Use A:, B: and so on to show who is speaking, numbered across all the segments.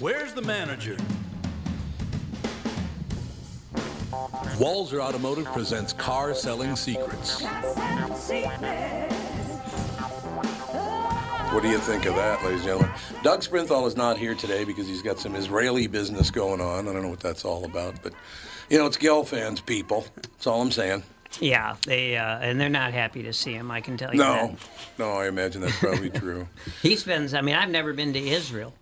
A: Where's the manager? Walzer Automotive presents Car Selling Secrets. What do you think of that, ladies and gentlemen? Doug Sprinthal is not here today because he's got some Israeli business going on. I don't know what that's all about, but you know, it's Gel fans, people. That's all I'm saying.
B: Yeah, they uh, and they're not happy to see him. I can tell you.
A: No,
B: that.
A: no, I imagine that's probably true.
B: he spends. I mean, I've never been to Israel,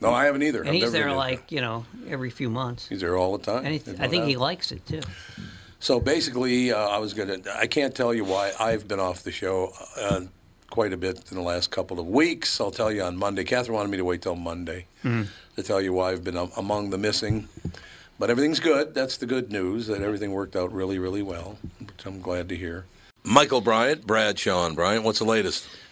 A: No, I haven't either.
B: and
A: I've
B: he's
A: never
B: there
A: been
B: like you know every few months.
A: he's there all the time.
B: And he,
A: There's no
B: I think he
A: doubt.
B: likes it too.
A: So basically, uh, I was gonna. I can't tell you why I've been off the show uh, quite a bit in the last couple of weeks. I'll tell you on Monday. Catherine wanted me to wait till Monday to tell you why I've been am- among the missing. But everything's good. That's the good news. That everything worked out really, really well, which I'm glad to hear. Michael Bryant, Brad Sean Bryant. What's the latest?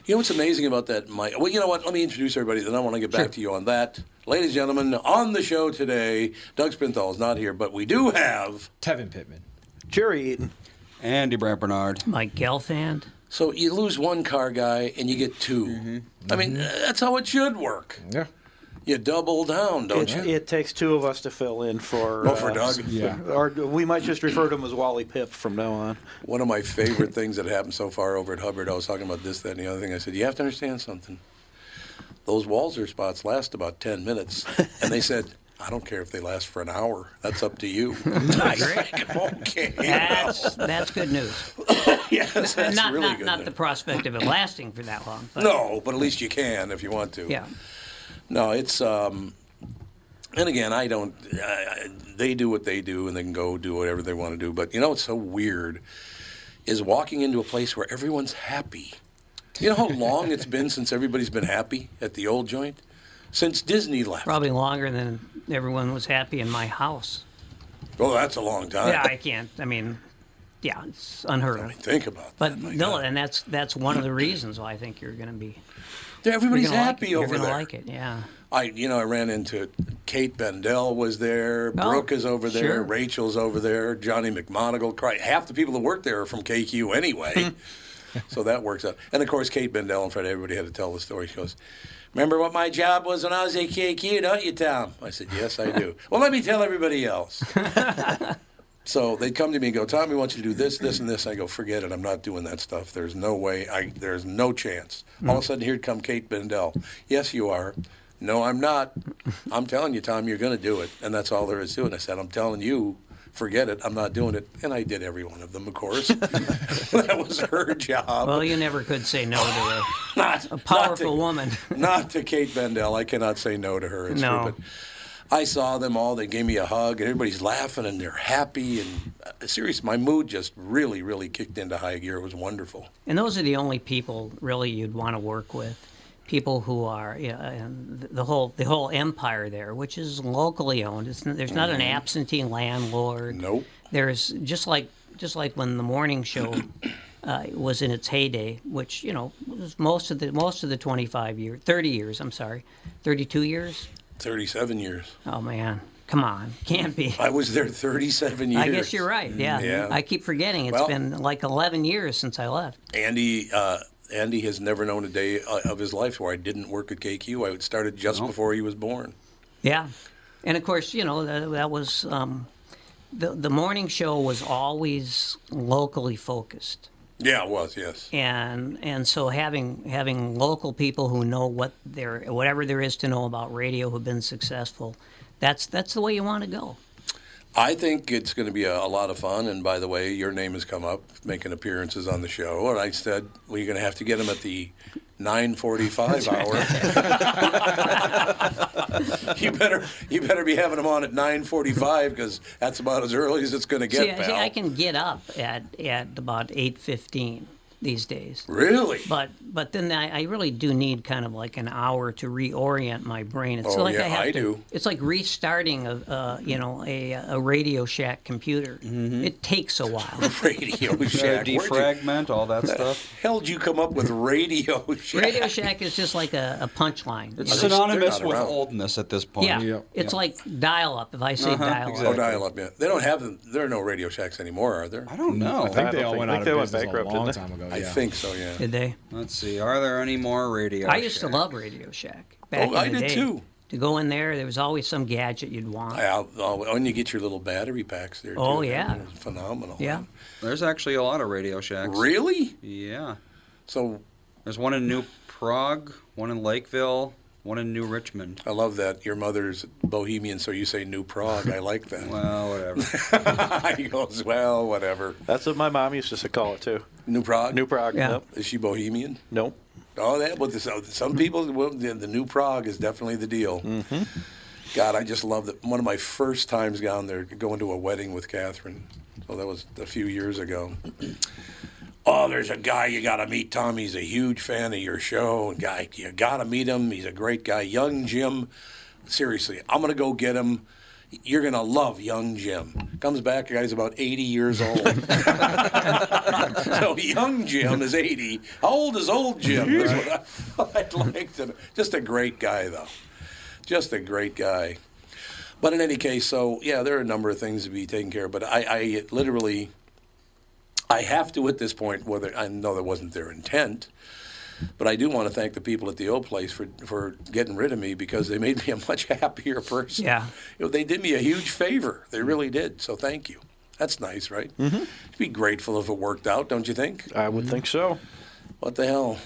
A: You know what's amazing about that, Mike? Well, you know what? Let me introduce everybody, then I want to get back to you on that. Ladies and gentlemen, on the show today, Doug Spinthal is not here, but we do have.
C: Tevin Pittman.
D: Jerry Eaton.
E: Andy Brant Bernard.
B: Mike Gelfand.
A: So you lose one car guy and you get 2 I mean, uh, that's how it should work.
C: Yeah.
A: You double down, don't
C: It,
A: you?
C: it takes two of us to fill in for. uh,
A: Oh, for Doug?
F: Yeah.
C: Or we might just refer to him as Wally Pip from now on.
A: One of my favorite things that happened so far over at Hubbard, I was talking about this, that, and the other thing. I said, You have to understand something. Those Walzer spots last about 10 minutes. And they said, I don't care if they last for an hour. That's up to you. nice. okay.
B: That's that's good news.
A: yes, that's
B: not
A: really
B: not,
A: good.
B: not
A: news.
B: the prospect of it lasting for that long. But
A: no, but at least you can if you want to.
B: Yeah.
A: No, it's um, and again, I don't. I, I, they do what they do, and they can go do whatever they want to do. But you know, what's so weird is walking into a place where everyone's happy. You know how long it's been since everybody's been happy at the old joint since Disney left.
B: Probably longer than everyone was happy in my house.
A: Oh, that's a long time.
B: Yeah, I can't. I mean, yeah, it's unheard of.
A: Think about
B: But
A: that. my
B: no,
A: God.
B: and that's that's one of the reasons why I think you're going to be you're
A: everybody's
B: gonna like
A: happy
B: it.
A: over
B: you're
A: there.
B: gonna like it, yeah.
A: I, you know, I ran into Kate Bendel was there,
B: Oh,
A: Brooke is over there,
B: sure.
A: Rachel's over there, Johnny McMonagle. Cry. Half the people that work there are from KQ anyway, so that works out. And of course, Kate Bendel in front of everybody had to tell the story. She goes, "Remember what my job was when I was at KQ, don't you, Tom?" I said, "Yes, I do." well, let me tell everybody else. So they come to me and go, Tom, we want you to do this, this, and this. I go, forget it. I'm not doing that stuff. There's no way. I there's no chance. All of a sudden, here'd come Kate Bendel. Yes, you are. No, I'm not. I'm telling you, Tom, you're going to do it, and that's all there is to it. I said, I'm telling you, forget it. I'm not doing it. And I did every one of them, of course. that was her job.
B: Well, you never could say no to
A: not
B: a, a powerful
A: not to-
B: woman.
A: not to Kate Bendel. I cannot say no to her. It's
B: No.
A: stupid. I saw them all. They gave me a hug, and everybody's laughing and they're happy. And uh, serious, my mood just really, really kicked into high gear. It was wonderful.
B: And those are the only people really you'd want to work with. People who are you know, and th- the whole the whole empire there, which is locally owned. It's, n- there's not an absentee landlord.
A: Mm-hmm. Nope.
B: There's just like just like when the morning show uh, was in its heyday, which you know was most of the most of the 25 years, 30 years. I'm sorry, 32 years.
A: Thirty-seven years.
B: Oh man, come on, can't be.
A: I was there thirty-seven years. Mm,
B: I guess you're right. Yeah.
A: Yeah.
B: I keep forgetting it's
A: Well-
B: been like 11 years since I left.
A: Andy. Uh, Andy has never known a day uh, of his life where I didn't work at KQ. I started just before he was born.
B: Yeah, and of course, you know that, that was um, the the morning show was always locally focused,
A: Yeah, it was. Yes.
B: and and so having having local people who know what there whatever there is to know about radio who've been successful, that's that's the way you want to go.
A: I think it's going to be a, a lot of fun. And by the way, your name has come up making appearances on the show. And I said, well, you're going to have to get him at the 9:45 hour. you better you better be having him on at 9:45 because that's about as early as it's going to get.
B: see, I- see,
A: pal.
B: I can get up at at about eight fifteen these days.
A: really.
B: But but then I, I really do need kind of like an hour to reorient my brain. It's
A: Oh,
B: like
A: yeah,
B: I have
A: I
B: to.
A: do.
B: It's like restarting a uh, you know a, a Radio Shack computer.
A: Mm-hmm.
B: It takes a while.
A: Radio
E: Yeah,
A: Shack. Where'd you-
E: defragment, all that stuff.
A: Hell, did you come up with Radio Shack?
B: Radio Shack is just like a, a punchline.
E: It's
A: they're
E: synonymous
A: not
E: with
A: around.
E: oldness at this point.
B: yeah, it's like dial up. If I say dial
A: Oh,
E: exactly.
B: up,
A: dial up. Yeah, they don't have them. There are no Radio Shacks anymore, are there?
E: I don't know.
D: I think they
C: don't
D: all
C: think-
D: went
C: I
D: out
C: think they
D: of
C: went
D: business a
C: bankrupt,
D: long
C: didn't
D: time ago.
A: I
D: yeah.
A: think so. Yeah.
B: did they?
E: Let's see. Are there any more radio?
B: I used to
E: Shack?
B: love Radio Shack. Back
A: Oh,
B: in
A: I
B: the
A: did
B: day.
A: too.
B: To go in there, there was always some gadget you'd want.
A: Yeah, oh, and you get your little battery packs there.
B: Oh,
A: too.
B: yeah.
A: That was phenomenal.
B: yeah.
E: There's actually a lot of Radio Shacks.
A: Really?
E: Yeah.
A: So
E: There's one in New Prague, one in Lakeville, one in New Richmond.
A: I love that your mother's bohemian, so you say New Prague. I like that.
E: Well, whatever.
A: he goes, well, whatever.
C: That's what my mom used to call it too.
A: New Prague.
C: New Prague.
B: Yeah.
C: Nope.
A: Is she bohemian?
C: Nope.
A: Oh, that. But this, some people, well, the, the New Prague is definitely the deal. God, I just love that. One of my first times down there, going to a wedding with Catherine. So that was a few years ago. Oh, there's a guy you got to meet, Tom. He's a huge fan of your show. And guy, you got to meet him. He's a great guy. Young Jim. Seriously, I'm going to go get him. You're going to love young Jim. Comes back, guy's about 80 years old. so young Jim is 80. How old is old Jim? That's what I, I'd like to know. Just a great guy, though. Just a great guy. But in any case, so yeah, there are a number of things to be taken care of. But I, I literally, I have to at this point, whether I know that wasn't their intent, But I do want to thank the people at the old place for, for getting rid of me because they made me a much happier person.
B: Yeah.
A: You know, they did me a huge favor. They really did. So thank you. That's nice, right? Mm-hmm. Be grateful if it worked out, don't you think?
C: I would think so.
A: What the hell?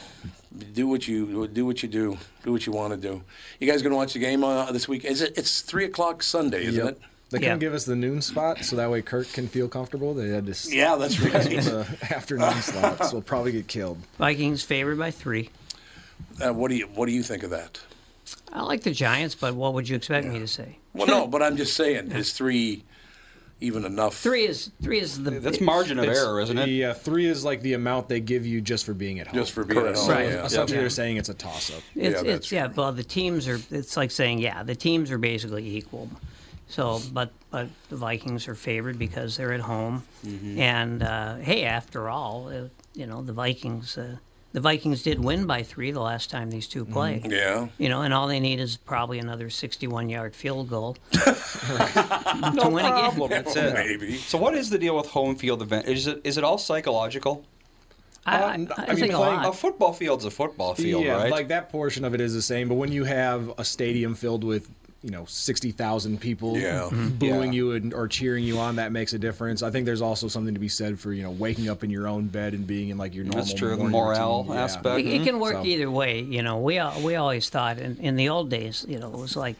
A: Do what you do. What you do. Do what you want to do. You guys gonna watch the game uh, this week? Is it? It's three o'clock Sunday, isn't
D: Yep.
A: it?
D: They
B: Yeah.
D: couldn't give us the noon spot, so that way Kirk can feel comfortable. They had to s-
A: Yeah, that's right.
D: the afternoon slot, so we'll probably get killed.
B: Vikings favored by three.
A: uh, what do you What do you think of that?
B: I like the Giants, but what would you expect me to say?
A: Well, no, but I'm just saying, is three even enough?
B: Three is three is the
E: That's margin of error, isn't it?
D: Yeah, uh, three is like the amount they give you just for being at home.
A: Just for being at home,
D: So
A: Right. yeah.
D: Essentially,
B: Yeah.
D: they're saying it's a toss-up.
B: It's,
A: Yeah,
B: yeah,
A: that's
B: it's, yeah, well, the teams are, it's like saying, yeah, the teams are basically equal. So, but, but the Vikings are favored because they're at home. And, uh, hey, after all, uh, you know, the Vikings, uh, the Vikings did win by three the last time these two played.
A: Mm-hmm. Yeah.
B: You know, and all they need is probably another 61 yard field goal to win again.
E: That's it.
A: Maybe.
E: So what is the deal with home field event? Is it is it all psychological?
B: I, I,
E: Uh,
B: I
E: mean,
B: think a
E: playing-
B: lot.
E: a football field's a football field,
D: yeah,
E: right?
D: like that portion of it is the same, but when you have a stadium filled with you know sixty thousand people
A: Yeah. Mhm.
D: booing
E: Yeah.
D: you and or cheering you on, that makes a difference. I think there's also something to be said for you know waking up in your own bed and being in like your normal.
E: That's true, the
D: morning
E: morale
D: routine.
E: aspect. Mm-hmm.
B: It- It can work
D: So-
B: either way. You know, we al- we always thought in, in the old days, you know, it was like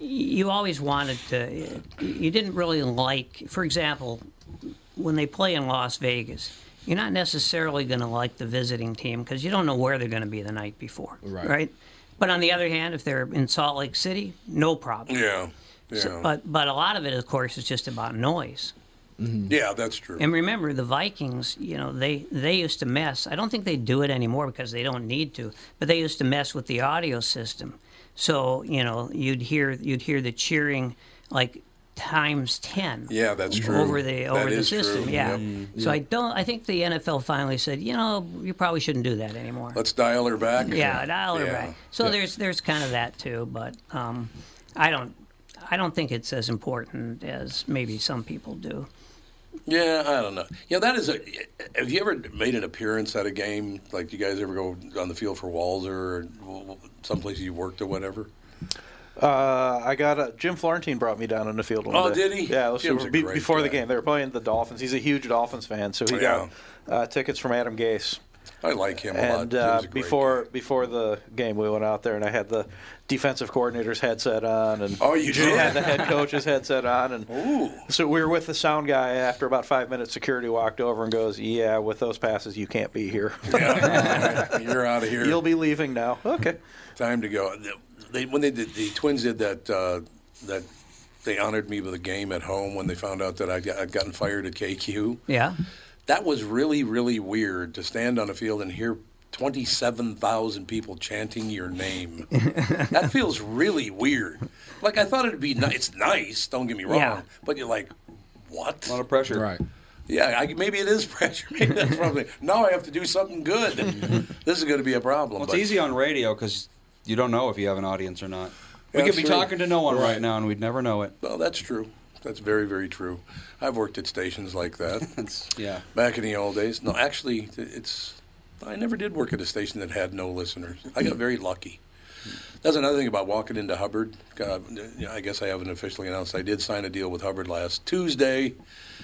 B: y- you always wanted to. You didn't really like, for example, when they play in Las Vegas. You're not necessarily going to like the visiting team because you don't know where they're going to be the night before,
D: Right.
B: But on the other hand, if they're in Salt Lake City, no problem.
A: Yeah. Yeah.
B: So- but but a lot of it, of course, is just about noise.
A: yeah, that's true.
B: And remember, the Vikings, you know, they, they used to mess. I don't think they do it anymore because they don't need to, but they used to mess with the audio system. So you know, you'd hear you'd hear the cheering like times ten.
A: Yeah, that's true.
B: Over the
A: That
B: over the
A: is true.
B: system, yeah.
A: Yep.
B: So I don't. I think the NFL finally said, you know, you probably shouldn't do that anymore.
A: Let's dial her back.
B: yeah, dial her
A: Yeah.
B: back. So there's there's kind of that too, but um, I don't I don't think it's as important as maybe some people do.
A: Yeah, I don't know. Yeah, that is a. Have you ever made an appearance at a game? Like, do you guys ever go on the field for Walzer or someplace you worked or whatever?
C: Uh, I got a, Jim Florentine brought me down in the field. one
A: Oh,
C: day.
A: did he?
C: Yeah, it was, it
A: Jim's
C: was
A: a
C: be-
A: great
C: before the
A: guy.
C: game. They were playing the Dolphins. He's a huge Dolphins fan, so he
A: Yeah.
C: got uh, tickets from Adam Gase.
A: I like him a lot.
C: And
A: He was
C: uh,
A: a great
C: before before the game, we went out there, and I had the defensive coordinator's headset on, uh, and
A: Oh, you
C: Jim
A: did?
C: had the head coach's headset on, and so we were with the sound guy. After about five minutes, security walked over and goes, "Yeah, with those passes, you can't be here.
A: guy. Yeah, all right. You're out of here.
C: You'll be leaving now." Okay.
A: Time to go. They, when they did, the twins did that, uh, that they honored me with a game at home when they found out that I got, I'd gotten fired at KQ.
B: Yeah.
A: That was really, really weird to stand on a field and hear 27,000 people chanting your name. that feels really weird. Like, I thought it'd be nice. It's nice, don't get me wrong.
B: Yeah.
A: But you're like, what?
E: a lot of pressure.
D: Right.
A: Yeah, I, maybe it is pressure. Maybe that's probably. Now I have to do something good. this is going to be a problem.
E: Well, it's
A: but-
E: easy on radio because you don't know if you have an audience or not. We
A: Yeah,
E: could be
A: that's true.
E: talking to no one right. now, and we'd never know it.
A: Well, that's true. That's very, very true. I've worked at stations like that
E: It's, yeah.
A: back in the old days. No, actually, it's I never did work at a station that had no listeners. I got very lucky. That's another thing about walking into Hubbard. Uh, yeah, I guess I haven't officially announced. I did sign a deal with Hubbard last Tuesday,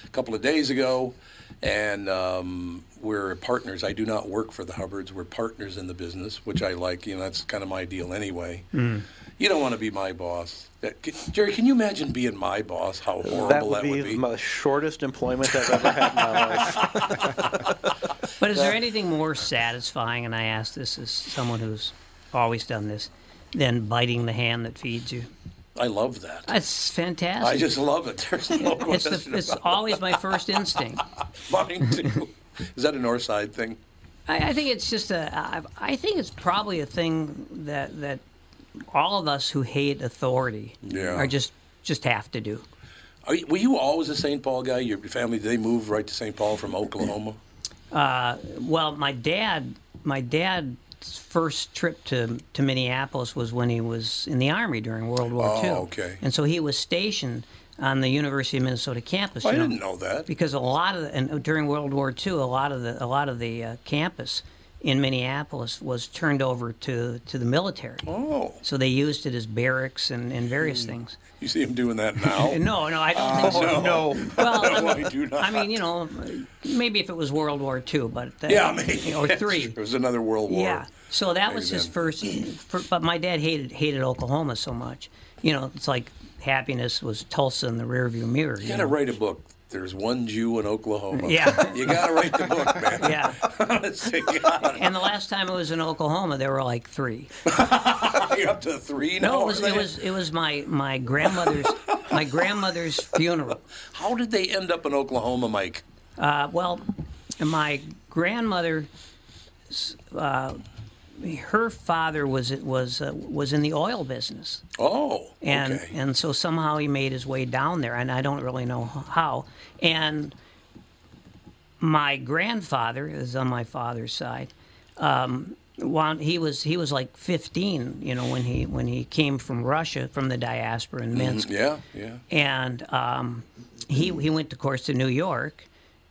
A: a couple of days ago, and um, we're partners. I do not work for the Hubbards. We're partners in the business, which I like. You know, that's kind of my deal anyway. You don't want to be my boss, That- Jerry. Can you imagine being my boss? How horrible
C: that would be, the shortest employment I've ever had in my life.
B: But is there anything more satisfying, and I ask this as someone who's always done this, than biting the hand that feeds you?
A: I love that.
B: That's fantastic.
A: I just love it. There's no
B: it's,
A: question
B: the, it's
A: about
B: always my first instinct.
A: mine too. Is that a north side thing?
B: I, I think it's just a. I, I think it's probably a thing that that all of us who hate authority
A: Yeah.
B: are just just have to do.
A: Are you, were you always a St. Paul guy? Your family did they move right to St. Paul from Oklahoma?
B: Well, my dad, my dad's first trip to to Minneapolis was when he was in the army during World War
A: Oh,
B: II.
A: okay.
B: And so he was stationed on the University of Minnesota campus.
A: I
B: you
A: didn't know that.
B: because a lot of the, and during World War II, a lot of the a lot of the uh, campus in Minneapolis was turned over to, to the military.
A: Oh,
B: So they used it as barracks and, and various things.
A: you see him doing that now?
B: No, no, I don't think so.
A: Ah, no.
B: Well,
A: No, I do not.
B: I mean, you know, maybe if it was World War II, but that,
A: yeah, I mean,
B: or
A: that's
B: three.
A: true. It was another world war.
B: Yeah. So that was his
A: Amen.
B: first. fir- but my dad hated hated Oklahoma so much. You know, it's like happiness was Tulsa in the rearview mirror.
A: You
B: You
A: gotta
B: know?
A: write a book. There's one Jew in Oklahoma.
B: Yeah.
A: you gotta write the book, man.
B: Yeah.
A: Honest to God,
B: And the last time it was in Oklahoma, there were like three.
A: you're up to three now.
B: No, it was
A: are
B: it
A: they?
B: was it was my my grandmother's my grandmother's funeral.
A: How did they end up in Oklahoma, Mike?
B: Uh, well, my grandmother, uh, her father was was uh, was in the oil business.
A: Oh,
B: and
A: okay.
B: and so somehow he made his way down there, and I don't really know h- how. And my grandfather is on my father's side. Um, wan- he was he was like 15, you know, when he when he came from Russia from the diaspora in Minsk,
A: Mm, yeah, yeah.
B: and um, he he went, of course, to New York,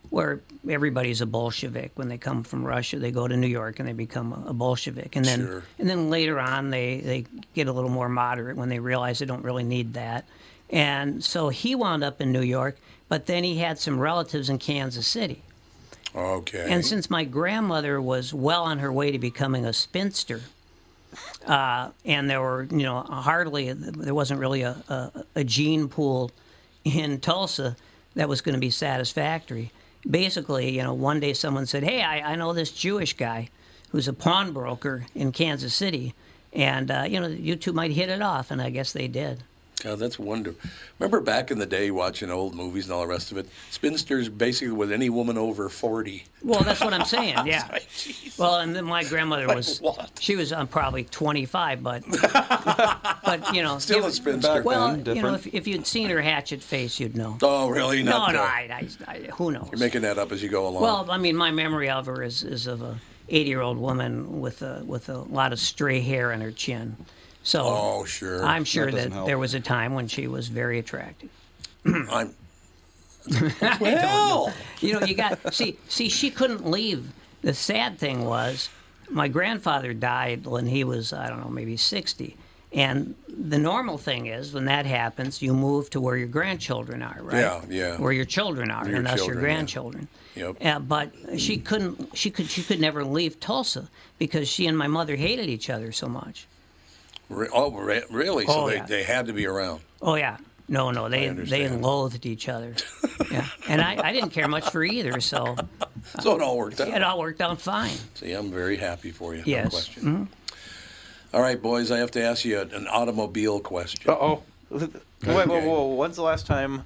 B: where everybody's a Bolshevik when they come from Russia. They go to New York and they become a Bolshevik, and then
A: Sure.
B: and then later on they they get a little more moderate when they realize they don't really need that. And so he wound up in New York, but then he had some relatives in Kansas City.
A: Okay.
B: And since my grandmother was well on her way to becoming a spinster, uh, and there were, you know, hardly, there wasn't really a, a, a gene pool in Tulsa that was going to be satisfactory. Basically, you know, one day someone said, Hey, I, I know this Jewish guy who's a pawnbroker in Kansas City, and, uh, you know, you two might hit it off. And I guess they did.
A: Yeah, that's wonderful. Remember back in the day, watching old movies and all the rest of it. Spinsters basically was any woman over forty.
B: Well, that's what I'm saying. Yeah. well, and then my grandmother was
A: what?
B: she was um, probably 25, but but you know
A: Still
B: you-
A: a spinster.
B: Well,
E: then,
B: you know,
E: different.
B: if, if you'd seen her hatchet face, you'd know.
A: oh, really?
B: no,
A: Not
B: no,
A: the-
B: I, I, I, who knows?
A: You're making that up as you go along.
B: well, I mean, my memory of her is, is of a 80 year old woman with a with a lot of stray hair on her chin. So
A: oh, sure.
B: I'm sure that,
E: doesn't help.
B: there was a time when she was very attractive.
A: I'm. well,
B: You know, you got see see she couldn't leave. The sad thing was my grandfather died when he was I don't know, maybe 60. And the normal thing is when that happens, you move to where your grandchildren are, right?
A: Yeah, yeah.
B: Where your children are,
A: Your
B: and thus your
A: children, yeah.
B: grandchildren.
A: Yep.
B: Uh, but she couldn't she could she could never leave Tulsa because she and my mother hated each other so much.
A: re- oh, re- really? So
B: Oh,
A: they,
B: yeah.
A: they had to be around.
B: Oh yeah. No, no, they they
A: understand.
B: loathed each other. yeah. And I, I didn't care much for either, so
A: So it all worked out.
B: it all worked out fine.
A: See, I'm very happy for you. No
B: Yes.
A: question. All right, boys, I have to ask you an automobile question.
C: Uh oh. Wait, whoa, whoa, whoa. When's the last time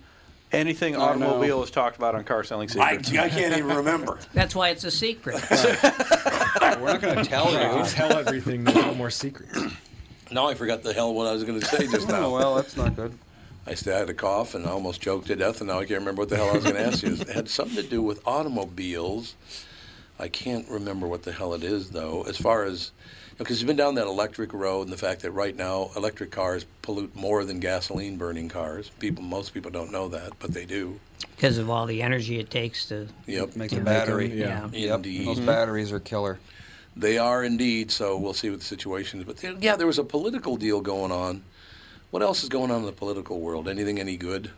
C: anything automobile was talked about on car selling
A: I, I
C: secrets?
A: can't even remember.
B: That's why it's a secret.
D: We're not going to tell you. Tell everything. There's no more secrets.
A: Now I forgot the hell what I was going to say just now.
E: Oh, well, that's not good.
A: I still had a cough and I almost choked to death, and now I can't remember what the hell I was going to ask you. It had something to do with automobiles. I can't remember what the hell it is, though, as far as because you've been down that electric road and the fact that right now electric cars pollute more than gasoline burning cars. People, most people don't know that, but they do.
B: because of all the energy it takes to
A: Yep.
E: Makes a battery.
D: yeah.
B: yeah.
E: Yep.
A: Indeed.
E: Those batteries are killer.
A: They are indeed. So we'll see what the situation is. But there, yeah, there was a political deal going on. What else is going on in the political world? Anything any good?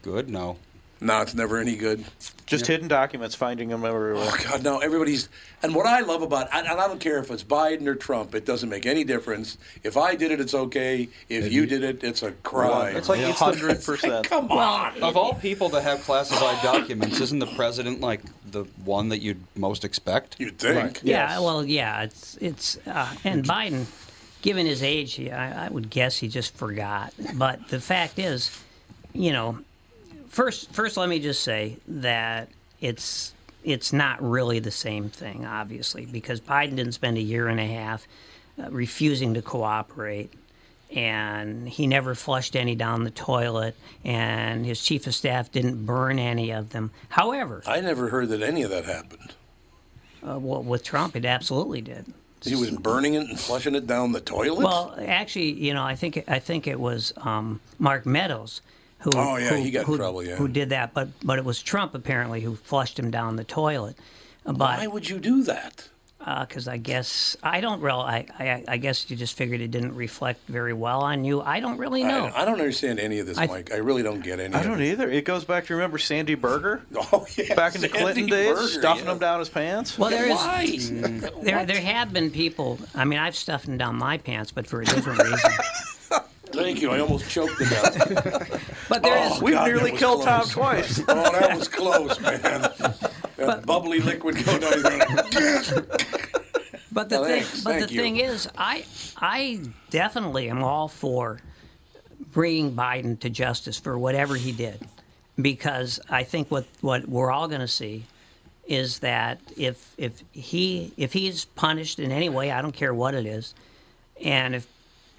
E: Good? No.
A: No, it's never any good.
C: Just hidden documents, finding them everywhere.
A: Oh God, no! Everybody's and what I love about and and I don't care if it's Biden or Trump, it doesn't make any difference. If I did it, it's okay. If you did it, it's a crime.
C: It's like it's hundred percent.
A: come on.
E: Of all people that have classified documents, isn't the president like the one that you'd most expect?
A: You think?
B: yeah well yeah it's it's uh, and biden given his age he, I, I would guess he just forgot but the fact is you know first first let me just say that it's it's not really the same thing obviously because biden didn't spend a year and a half uh, refusing to cooperate and he never flushed any down the toilet and his chief of staff didn't burn any of them however
A: I never heard that any of that happened.
B: Uh, well, with Trump, it absolutely did.
A: He was burning it and flushing it down the toilet.
B: Well, actually, you know, I think I think it was um, Mark Meadows who
A: Oh, yeah,
B: who,
A: he got in
B: who-
A: trouble, yeah.
B: who did that, but but it was Trump apparently who flushed him down the toilet. Uh,
A: why
B: But
A: would you do that?
B: because I guess I don't real I, I I guess you just figured it didn't reflect very well on you. I don't really know.
A: I, I don't understand any of this,
B: I-
A: Mike. I really don't get any.
C: I
A: of
C: don't
A: it.
C: either. It goes back to remember Sandy Berger
A: Oh yeah,
C: back in the
A: Sandy
C: Clinton days,
A: Berger,
C: stuffing
A: yeah.
C: them down his pants.
B: well, there is
A: Lies.
B: there there have been people. I mean, I've stuffed them down my pants, but for a different reason.
A: Thank you. I almost choked to death.
B: But there is.
A: Oh,
C: We
A: God,
C: nearly
A: that was
C: killed Tom
A: close.
C: twice.
A: oh, that was close, man. That bubbly liquid going down his throat.
B: But the
A: Well,
B: thing,
A: thanks.
B: but
A: Thank
B: the
A: you.
B: thing is, I I definitely am all for bringing Biden to justice for whatever he did, because I think what what we're all going to see is that if if he if he's punished in any way, I don't care what it is, and if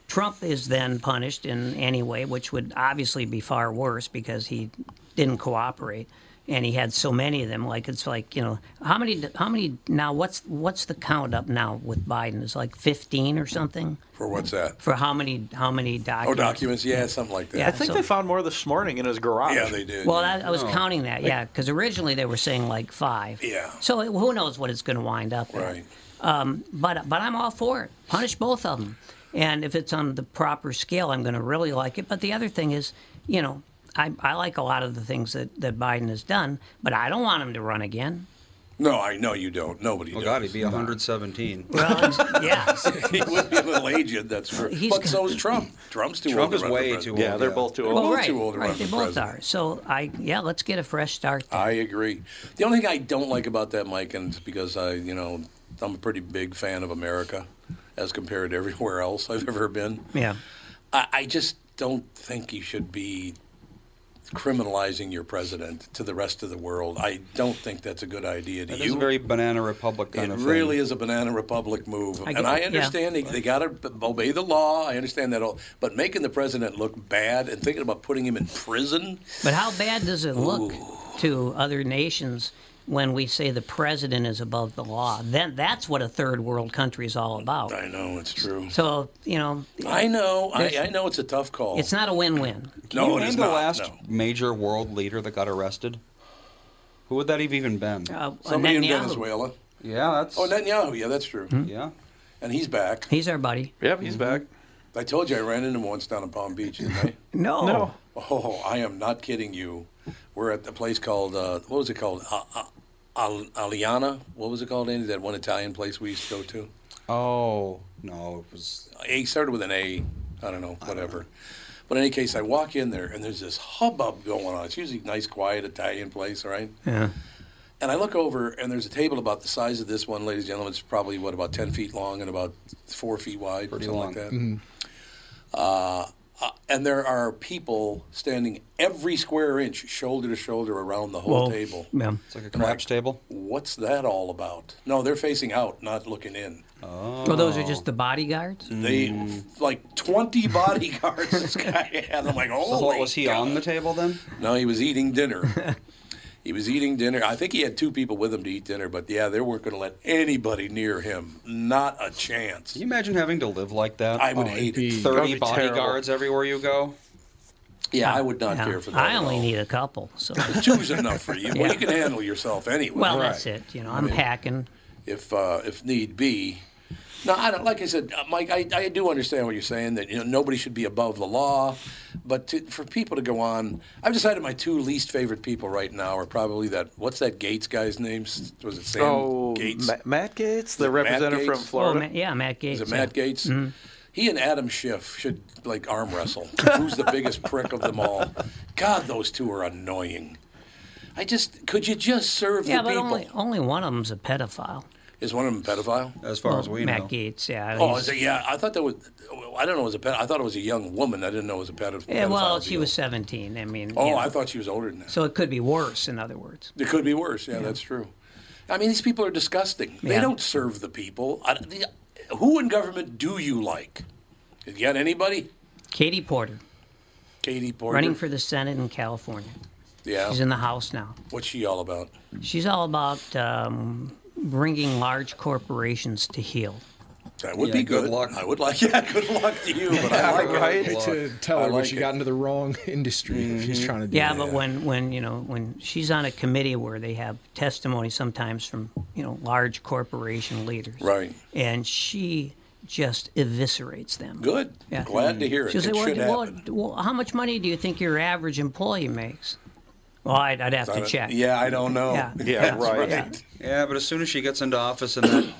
B: Trump is then punished in any way, which would obviously be far worse because he didn't cooperate, and he had so many of them. Like it's like you know how many how many now? What's what's the count up now with Biden? It's like fifteen or something
A: For what's that?
B: for how many how many
A: Oh,
B: documents?
A: documents. Yeah, something like that.
B: Yeah.
C: I think
B: So-
C: they found more this morning in his garage.
A: Yeah, they did.
B: Well,
A: yeah.
B: I, I was counting that, yeah, because originally they were saying like five.
A: Yeah.
B: So it- who knows what it's going to wind up? at.
A: right.
B: But but I'm all for it. Punish both of them, and if it's on the proper scale, I'm going to really like it. But the other thing is, you know, I, I like a lot of the things that, that Biden has done, but I don't want him to run again.
A: No, I know you don't. Nobody
E: Oh
A: does.
E: God, he'd be 117.
B: Well, it's- yeah,
A: he would be a little aged, that's for
B: He's
A: But
B: got-
A: so is Trump. Trump's too
E: Trump
A: old.
E: is
A: to run for
E: way
A: president.
E: too
C: Yeah,
E: old,
C: they're
E: yeah.
C: both too old.
B: well,
A: both
B: right,
A: too old to
B: right.
A: run
B: They
A: for
B: both
A: president. Uh,
B: are. So I yeah, let's get a fresh start.
A: I agree. The only thing I don't like about that, Mike, and it's because I, you know, I'm a pretty big fan of America as compared to everywhere else I've ever been.
B: yeah.
A: I, I just don't think you should be criminalizing your president to the rest of the world. I don't think that's a good idea to
E: That
A: you.
E: is a very banana republic kind
A: It
E: of
A: really
E: thing.
A: is a banana republic move,
B: I get
A: and I
B: it, yeah.
A: understand they, they got to obey the law. I understand that all, but making the president look bad and thinking about putting him in prison,
B: But how bad does it look to other nations when we say the president is above the law? Then that's what a third world country is all about.
A: I know it's true.
B: So you know,
A: I know, I, I know it's a tough call.
B: it's not a win-win.
E: Can
A: no,
E: you
A: it
E: name
A: is
E: the
A: not.
E: last
A: no.
E: major world leader that got arrested? Who would that have even been?
B: Uh,
A: Somebody in
B: Netanyahu. Hmm?
A: Venezuela.
E: yeah, that's.
A: Oh, Netanyahu. Yeah, that's true.
E: yeah.
A: And he's back.
B: He's our buddy.
C: Yep, he's back.
A: I told you I ran into him once down in Palm Beach, didn't I?
B: No.
C: No.
A: Oh, I am not kidding you. We're at the place called uh, what was it called? Uh, uh, Al- Aliana. What was it called? Andy, that one Italian place we used to go to.
E: Oh no, it was.
A: A it started with an A. I don't know, whatever. But in any case, I walk in there and there's this hubbub going on. It's usually a nice, quiet Italian place, all right?
B: Yeah.
A: And I look over and there's a table about the size of this one, ladies and gentlemen. It's probably what about ten feet long and about four feet wide, or
E: Pretty
A: something
E: long. Mm-hmm.
A: like that. Uh, uh, and there are people standing every square inch, shoulder to shoulder, around the whole
B: Well,
A: table.
B: yeah.
E: It's like a craps table.
A: What's that all about? No, they're facing out, not looking in.
B: Well, those are just the bodyguards.
A: They like twenty bodyguards this guy had. I'm like, oh,
E: So what was he on the table then?
A: No, he was eating dinner. he was eating dinner. I think he had two people with him to eat dinner, but yeah, they weren't going to let anybody near him. Not a chance.
E: Can you imagine having to live like that?
A: I would
D: Oh,
A: hate it.
D: it'd be-
C: That'd
E: Thirty
C: be terrible.
E: bodyguards everywhere you go.
A: Yeah, I would not
B: Yeah.
A: care for that.
B: I
A: at
B: only
A: all.
B: need a couple. So
A: two's enough for you. Well,
B: Yeah.
A: you can handle yourself anyway.
B: well, that's it. You know, I'm packing.
A: if uh, if need be. No, I don't. Like I said, uh, Mike, I, I do understand what you're saying that you know nobody should be above the law, but to, for people to go on, I've decided my two least favorite people right now are probably that. What's that Gates guy's name? S- Was it Sam
C: Oh,
A: Gates?
C: Ma- Matt Gates, the
A: Matt
C: representative
A: Gates?
C: from
B: Oh,
C: Florida.
B: Ma yeah, Matt Gates.
A: Is it
B: yeah.
A: Matt Gates?
C: Mm-hmm.
A: He and Adam Schiff should like arm wrestle. Who's the biggest prick of them all? God, those two are annoying. I just could you just serve the
B: Yeah, but
A: people?
B: only only one of them's a pedophile.
A: Is one of them a pedophile?
E: As far as we
B: Matt
E: know.
B: Gates. Yeah.
A: Oh,
B: he's-
A: is it, yeah. I thought that was. I don't know. It was a ped- I thought it was a young woman. I didn't know it was a pedophile.
B: Yeah, well,
A: pedophile
B: she
A: deal.
B: was 17. I mean,
A: Oh,
B: you know,
A: I thought she was older than that.
B: so it could be worse. In other words,
A: It could be worse. Yeah, that's true. I mean, these people are disgusting. They
B: Yeah.
A: don't serve the people. I, the, who in government do you like? You got anybody?
B: Katie Porter
A: Katie Porter.
B: running for the Senate in California.
A: yeah.
B: She's in the House now.
A: What's she all about?
B: She's all about um, bringing large corporations to heel.
A: That would
E: Yeah,
A: be
E: good
A: good.
E: luck.
A: I would like, yeah, good luck to you. But I
C: Yeah,
A: like
C: right?
A: it.
D: Hate to tell
A: I
D: her, but
A: like
D: she
A: it. Mm-hmm.
D: got into the wrong industry. if She's trying to do
B: Yeah,
D: that.
B: but when, when you know when she's on a committee where they have testimony sometimes from you know large corporation leaders,
A: Right.
B: And she just eviscerates them.
A: Good.
B: Yeah.
A: Glad to hear it.
B: She'll
A: It
B: say,
A: should
B: well, well,
A: happen.
B: well, how much money do you think your average employee makes? Well, I'd, I'd have to check.
A: Yeah, I don't know.
B: Yeah.
C: Yeah, right.
B: Yeah.
E: Yeah, but as soon as she gets into office and that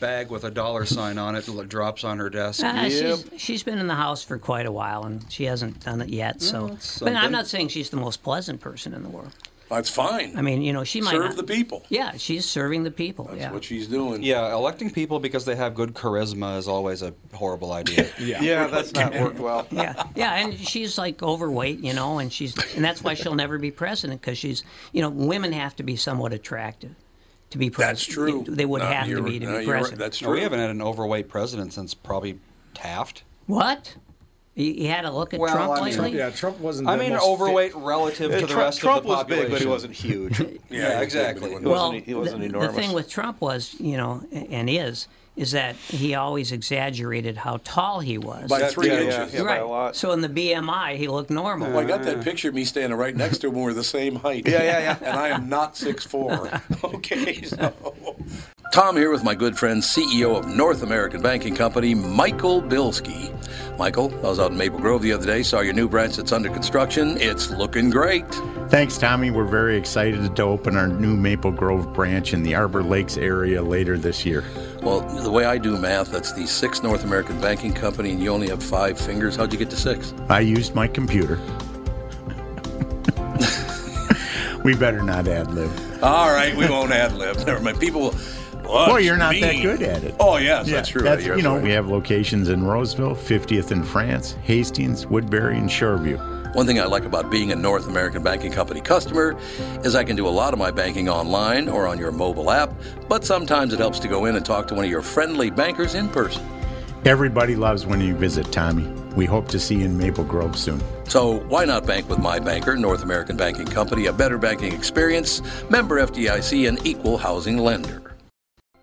E: bag with a dollar sign on it l- drops on her desk,
B: Uh, she's, she's been in the house for quite a while and she hasn't done it yet. So,
E: that's
B: but I'm
E: something.
B: not saying she's the most pleasant person in the world.
A: That's fine.
B: I mean, you know, she might
A: serve
B: not-
A: the people.
B: Yeah, she's serving the people.
A: That's
B: yeah.
A: what she's doing.
E: yeah, electing people because they have good charisma is always a horrible idea.
D: yeah.
C: Yeah, that's not worked well.
B: yeah, yeah, and she's like overweight, you know, and she's and that's why she'll never be president because she's, you know, women have to be somewhat attractive to be president.
A: That's true.
B: They would
A: No,
B: have to
A: you're-
B: be to
A: no,
B: be
A: you're right.
B: president.
A: That's true.
E: No, we haven't had an overweight president since probably Taft.
B: What? You, you had a look at
E: Well,
B: Trump
E: I mean-
B: lately?
D: Trump, yeah, Trump wasn't.
E: I
D: the
E: mean,
D: most fit-
E: overweight relative to the
C: Trump,
E: rest
C: Trump
E: of the
C: was
E: population.
C: big, but he wasn't huge.
A: he
E: Yeah,
A: was big,
E: exactly.
A: but he wasn't-
C: Well-
B: Well,
E: e,
C: he wasn't
B: the,
C: enormous.
B: The thing with Trump was, you know, a- and is, is that he always exaggerated how tall he was.
A: by
C: Yeah,
A: three
C: yeah,
A: inches.
C: yeah, yeah. by
B: right.
C: a lot.
B: So in the BMI, he looked normal.
A: Well, I got that picture of me standing right next to him. We're the same height.
C: Yeah, yeah, yeah.
A: And I am not 6'4. okay, so. Tom here with my good friend, CEO of North American Banking Company, Michael Bilski. Michael, I was out in Maple Grove the other day, saw your new branch that's under construction. It's looking great.
G: Thanks, Tommy. We're very excited to open our new Maple Grove branch in the Arbor Lakes area later this year.
A: Well, the way I do math, that's the sixth North American Banking Company, and you only have five fingers. How'd you get to six?
G: I used my computer. we better not ad lib.
A: All right, we won't ad lib. Never mind. People will.
G: Well, you're not that good at it.
A: Oh, yes, that's true. You're
G: you know,
A: right.
G: we have locations in Roseville, 50th in France, Hastings, Woodbury, and Shoreview.
A: One thing I like about being a North American Banking Company customer is I can do a lot of my banking online or on your mobile app, but sometimes it helps to go in and talk to one of your friendly bankers in person.
G: Everybody loves when you visit, Tommy.
B: Mm-hmm.
G: We hope to see you in Maple Grove soon.
A: So why not bank with my banker, North American Banking Company, a better banking experience, member FDIC, and equal housing lender.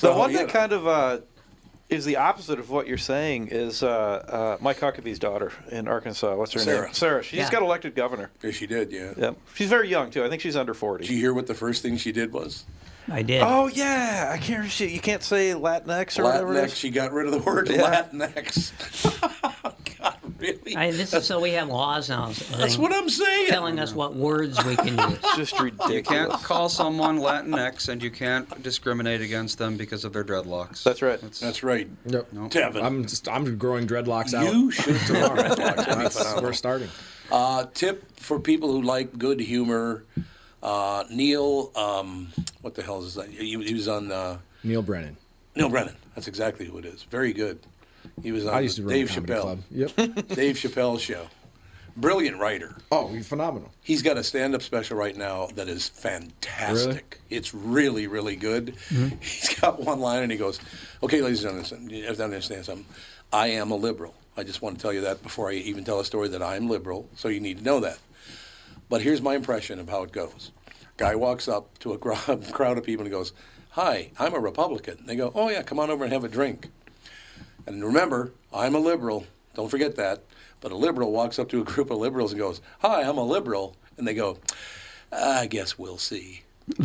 C: The one
A: yeah.
C: that kind of uh, is the opposite of what you're saying is uh, uh, Mike Huckabee's daughter in Arkansas. What's her
A: Sarah.
C: name? Sarah. She just
B: Yeah.
C: got elected governor.
A: Yeah, she did, yeah.
C: Yep. She's very young too. I think she's under forty.
A: Did you hear what the first thing she did was?
B: I did.
C: oh yeah, I can't. She, you can't say Latinx or whatever. it
A: Latinx.
C: is.
A: She got rid of the word Latinx. God, really?
B: I, this is so we have laws now.
A: That's what I'm saying.
B: telling us what words we can use.
C: Just ridiculous.
E: You can't call someone Latinx, and you can't discriminate against them because of their dreadlocks.
C: That's right.
A: That's right.
D: Nope.
A: Tevin.
D: I'm just, I'm growing dreadlocks out.
A: you should tomorrow.
D: That's, we're starting.
A: Uh, tip for people who like good humor. Uh, Neil, um, what the hell is that? He, he was on uh,
D: Neil Brennan.
A: Neil Brennan. That's exactly who it is. Very good. He was on
D: I used to run
A: Dave
D: a comedy
A: Chappelle.
D: club. Yep.
A: Dave Chappelle show. Brilliant writer.
D: oh, you're phenomenal.
A: He's got a stand-up special right now that is fantastic. It's really, really good. He's got one line and he goes, "Okay, ladies and gentlemen, you have to understand something. I am a liberal. I just want to tell you that before I even tell a story that I'm liberal, so you need to know that. But here's my impression of how it goes. Guy walks up to a gro- crowd of people and goes, "Hi, I'm a Republican." They go, "Oh yeah, come on over and have a drink." And remember, I'm a liberal. Don't forget that. But a liberal walks up to a group of liberals and goes, "Hi, I'm a liberal," and they go, "I guess we'll see."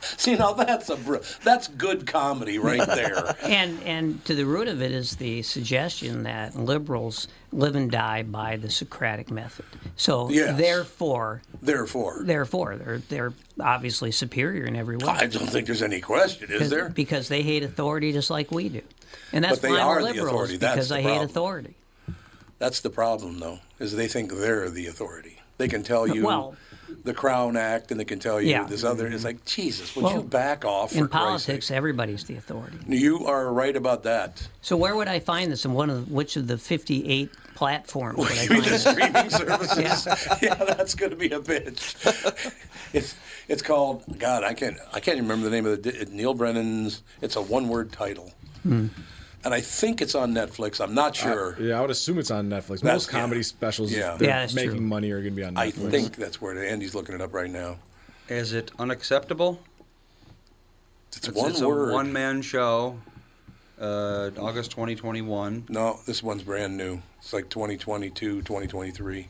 A: see now that's a br- that's good comedy right there.
B: And and to the root of it is the suggestion that liberals live and die by the Socratic method. So
A: Yes.
B: therefore,
A: Therefore,
B: therefore, they're they're obviously superior in every way.
A: I don't think there's any question, is
B: because,
A: there?
B: because they hate authority just like we do, and that's
A: But they
B: why
A: are
B: I'm
A: the
B: a liberal
A: authority.
B: is
A: That's
B: because
A: the
B: I hate
A: problem.
B: authority.
A: That's the problem, though, is they think they're the authority. They can tell you
B: Well,
A: the Crown Act and they can tell you
B: Yeah.
A: this other. It's like Jesus, would
B: Well,
A: you back off? For
B: In
A: Christ's sake?
B: politics, everybody's the authority.
A: you are right about that.
B: So where would I find this? In one of which of the 58 platforms would I
A: You
B: find
A: the
B: this?
A: streaming services. Yeah, that's going to be a bitch. it's it's called God. I can't I can't remember the name of the di- Neil Brennan's. It's a one word title, and I think it's on Netflix. I'm not sure.
D: Yeah, I would assume it's on Netflix.
A: That's-
D: Most comedy
A: yeah.
D: specials, if
A: Yeah.
D: they're
B: Yeah, that's
D: making
B: true.
D: money, are going to be on Netflix.
A: I think that's where it. Andy's looking it up right now.
E: Is it unacceptable?
A: It's, one
E: it's
A: word.
E: a one-man show. Uh, August 2021.
A: No, this one's brand new. It's like 2022, 2023.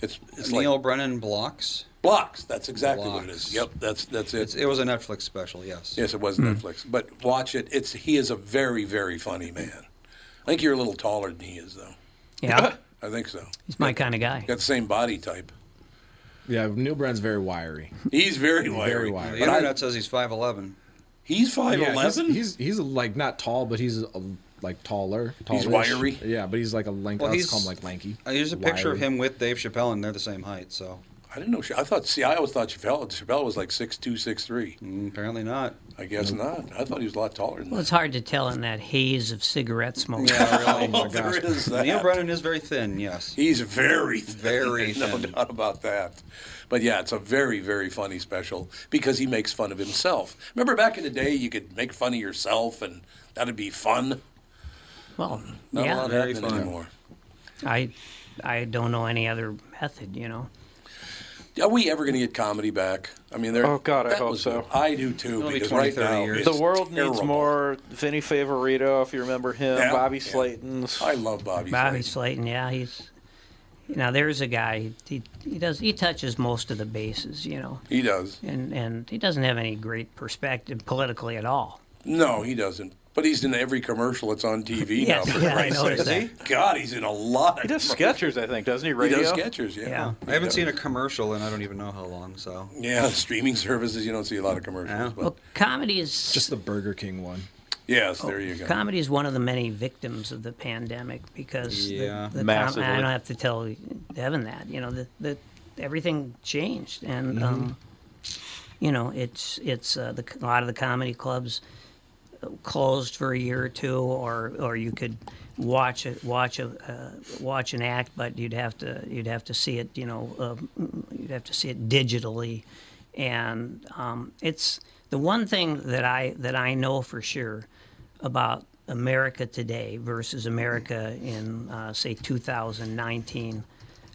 A: It's it's
E: Neil
A: like
E: Brennan blocks.
A: blocks. That's exactly what it is.
E: Blocks.
A: Yep, that's that's it.
E: It's, it was a Netflix special. Yes.
A: Yes, it was Netflix. But watch it. It's he is a very very funny man. I think you're a little taller than he is though.
B: Yeah,
A: I think so.
B: he's my kind of guy.
A: Got the same body type.
D: Yeah, Neil Brand's very wiry.
A: He's very wiry.
D: wiry.
E: The
A: But I-
E: internet says he's 5'11.
A: he's five
D: Yeah, he's,
A: eleven.
D: he's he's like not tall, but he's uh, like taller. Tallish.
A: wiry.
D: Yeah, but he's like a lanky.
E: Well,
D: Well,
E: he's-
D: call him like lanky.
E: Uh, Here's a picture of
D: Wiry.
E: him with Dave Chappelle, and they're the same height. So
A: I didn't know. Ch- I thought. See, I always thought Chappelle, Chappelle was like six two, six three.
E: mm, apparently not.
A: I guess not. I thought he was a lot taller than
B: Well,
A: that.
B: it's hard to tell in that haze of cigarette smoke.
E: Yeah, really. Oh
D: my gosh.
A: Oh, There is
E: Neil
A: that.
E: Brennan is very thin. Yes.
A: He's very thin.
E: Very
A: no
E: thin.
A: doubt about that. But yeah, it's a very, very funny special because he makes fun of himself. Remember back in the day, you could make fun of yourself and that'd be fun.
B: Well,
A: Not a
B: yeah,
A: lot
E: very
A: happening
E: fun.
A: anymore.
B: I, I don't know any other method. You know,
A: Are we ever going to get comedy back? I mean, there.
C: Oh, God, I
A: that
C: hope
A: was-
C: so.
A: I do too.
E: It'll be
A: because
E: 20,
A: right
E: 30
A: now,
E: years.
A: it's
E: The
C: The world needs
A: terrible.
C: more Vinny Favorito, if you remember him,
A: Yeah,
C: Bobby
A: yeah.
C: Slayton's.
A: I love Bobby.
B: Bobby
A: Slayton.
B: Slayton. Yeah, he's. Now there's a guy. He he does he touches most of the bases. You know,
A: He does.
B: and and he doesn't have any great perspective politically at all.
A: No, he doesn't. But he's in every commercial that's on TV
B: Yes,
A: now. For
B: yeah, I
A: Christ's
B: noticed
A: sake. God, he's in a lot of.
C: He does sketches, I think, doesn't he?
A: He
C: Radio?
A: does sketches. Yeah.
B: Yeah.
E: I haven't seen a commercial, and I don't even know how long. So
A: Yeah, streaming services. You don't see a lot of commercials.
E: Yeah.
A: But
B: Well, comedy is
D: Just the Burger King one.
A: yes, there you go.
B: Comedy is one of the many victims of the pandemic because the-
E: Yeah.
B: the, com-
C: Massively.
B: I don't have to tell Devin that you know the, the everything changed and um, you know it's it's uh, the, a lot of the comedy clubs uh, closed for a year or two or or you could watch it watch a uh, watch an act but you'd have to you'd have to see it you know uh, you'd have to see it digitally and um, it's the one thing that I that I know for sure about America today versus America in uh, say 2019.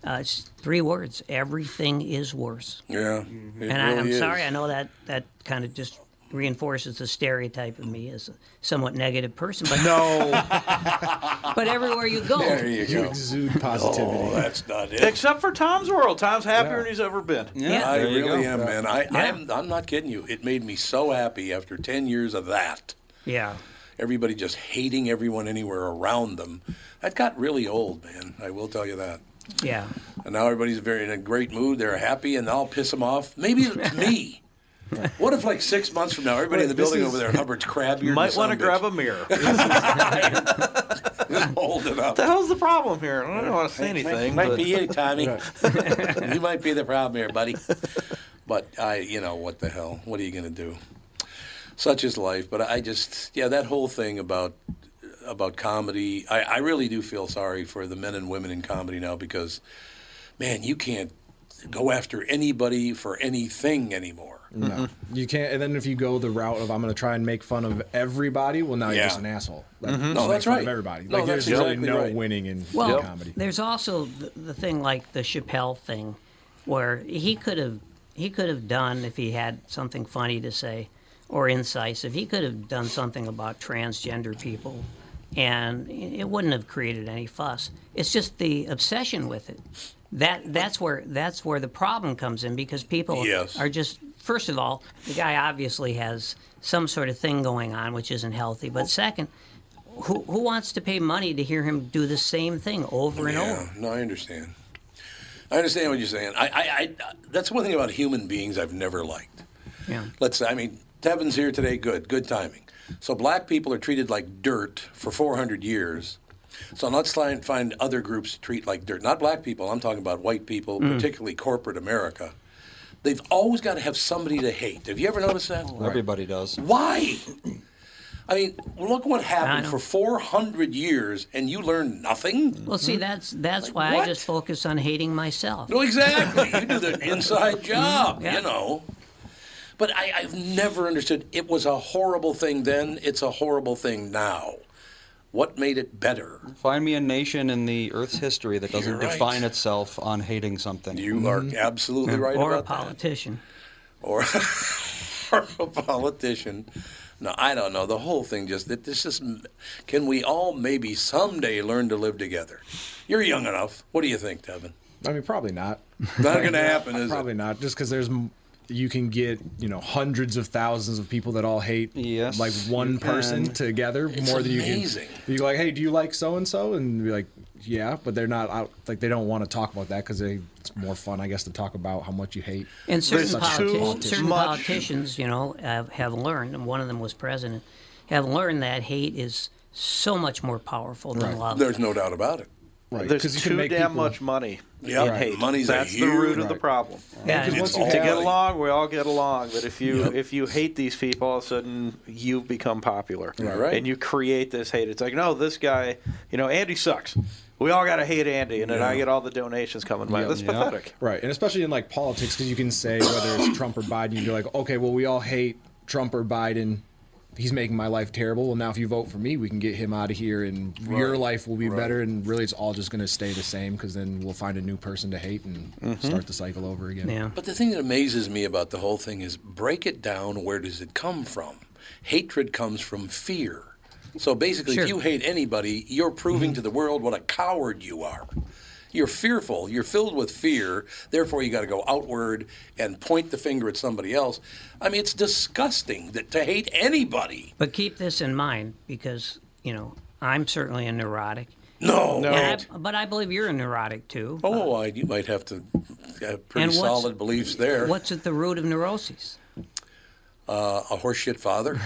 B: Uh, it's three words. Everything is worse.
A: Yeah. it
B: and I, I'm
A: really is.
B: sorry. I know that that kind of just reinforces the stereotype of me as a somewhat negative person. But
D: No,
B: but everywhere you go,
A: There you
D: you
A: go.
D: exude positivity.
A: Oh, that's not it.
C: Except for Tom's World. Tom's happier than he's ever been.
B: Yeah.
A: I
E: there you
A: really
E: go.
A: am, man. I, I'm, I'm not kidding you. It made me so happy after 10 years of that.
B: yeah.
A: Everybody just hating everyone anywhere around them. That got really old, man. I will tell you that.
B: Yeah.
A: And now everybody's very in a great mood. They're happy, and I'll piss them off. Maybe it's me. What if, like, six months from now, everybody in the
D: Wait, this
A: building
D: is-
A: over there, Hubbard's crab
C: You might want to grab a mirror. what
A: Just hold it up.
C: the hell's the problem here? I don't want to say anything.
A: Might,
C: but-
A: be you, Tommy. you might be the problem here, buddy. But I, you know, what the hell? What are you going to do? Such is life. But I just, yeah, that whole thing about about comedy. I, I really do feel sorry for the men and women in comedy now because, man, you can't go after anybody for anything anymore.
D: No, you can't. And then if you go the route of I'm going to try and make fun of everybody, well, now
A: Yeah.
D: you're just an asshole. Like, just
A: No,
D: make
A: that's
D: fun
A: right.
D: Of everybody.
A: No,
D: like,
A: that's
D: there's really
A: exactly
D: no
A: right.
D: winning in
B: Well,
D: in comedy.
B: there's also the, the thing like the Chappelle thing, where he could have he could have done if he had something funny to say or incisive. He could have done something about transgender people, and it wouldn't have created any fuss. It's just the obsession with it. That that's where that's where the problem comes in because people
A: Yes.
B: are just first of all the guy obviously has some sort of thing going on which isn't healthy, but second who, who wants to pay money to hear him do the same thing over and
A: Yeah,
B: over?
A: no, I understand. I understand what you're saying. I, I, I, that's one thing about human beings I've never liked.
B: Yeah.
A: let's say, I mean, Tevin's here today, good, good timing. So black people are treated like dirt for 400 years. So let's try and find other groups to treat like dirt. Not black people, I'm talking about white people, particularly corporate America. They've always got to have somebody to hate. Have you ever noticed that?
E: Oh, Everybody does.
A: Why? I mean, look what happened for 400 years, and you learned nothing.
B: Well, see, that's that's
A: Hmm? Like,
B: why
A: what?
B: I just focus on hating myself.
A: No, exactly. you do the inside job,
B: Yeah.
A: you know. But I, I've never understood. It was a horrible thing then. It's a horrible thing now. What made it better?
E: Find me a nation in the Earth's history that doesn't
A: You're right.
E: define itself on hating something.
A: You are absolutely right
B: or a
A: about that.
B: politician.
A: Or, or a politician. No, I don't know. The whole thing just it, this is. Can we all maybe someday learn to live together? You're young enough. What do you think, Devin?
D: I mean, probably not.
A: Not gonna happen, is it?
D: Probably not. Just because there's, m- you can get you know hundreds of thousands of people that all hate
E: Yes,
D: like
E: you
D: one person
E: can.
D: together
A: It's
D: more than
A: amazing.
D: you can. You go like, hey, do you like so and so? And be like, yeah, but they're not out. Like they don't want to talk about that because it's more fun, I guess, to talk about how much you hate.
B: And certain,
D: There's
B: politi-
D: too
B: certain
C: much-
B: politicians, you know, have, have learned, and one of them was president, have learned that hate is so much more powerful than
D: Right.
B: love.
A: There's no doubt about it.
D: Right?
C: There's
D: you can
C: too damn
D: make people-
C: much money.
A: Yeah,
C: in
A: right.
C: hate.
A: Money's a
C: That's the
A: huge-
C: root of the
D: Right.
C: problem.
B: Yeah,
D: Because
B: and-
D: once
A: it's
D: you
A: all
C: To
D: have-
C: get along, we all get along. But if you if you hate these people, all of a sudden you've become popular,
A: Right.
C: and you create this hate. It's like, no, this guy, you know, Andy sucks. We all gotta hate Andy, and then I get all the donations coming my. That's
E: Yeah.
C: pathetic.
D: Right, and especially in like politics, because you can say whether it's Trump or Biden, you can be like, okay, well, we all hate Trump or Biden. He's making my life terrible. Well, now if you vote for me, we can get him out of here, and your life will be better. And really, it's all just going to stay the same because then we'll find a new person to hate and
C: Mm-hmm.
D: start the cycle over again.
B: yeah.
A: But the thing that amazes me about the whole thing is break it down. Where does it come from? Hatred comes from fear. So basically,
B: Sure. Mm-hmm.
A: if you hate anybody, you're proving to the world what a coward you are. You're fearful. You're filled with fear. Therefore, you got to go outward and point the finger at somebody else. I mean, it's disgusting that to hate anybody.
B: But keep this in mind because, you know, I'm certainly a neurotic.
D: Oh,
A: No.
B: And I- but I believe you're a neurotic too. Uh,
A: Oh, I, you might have to have
B: And
A: pretty
B: what's-
A: solid beliefs there.
B: What's at the root of neuroses?
A: Uh, a horseshit father.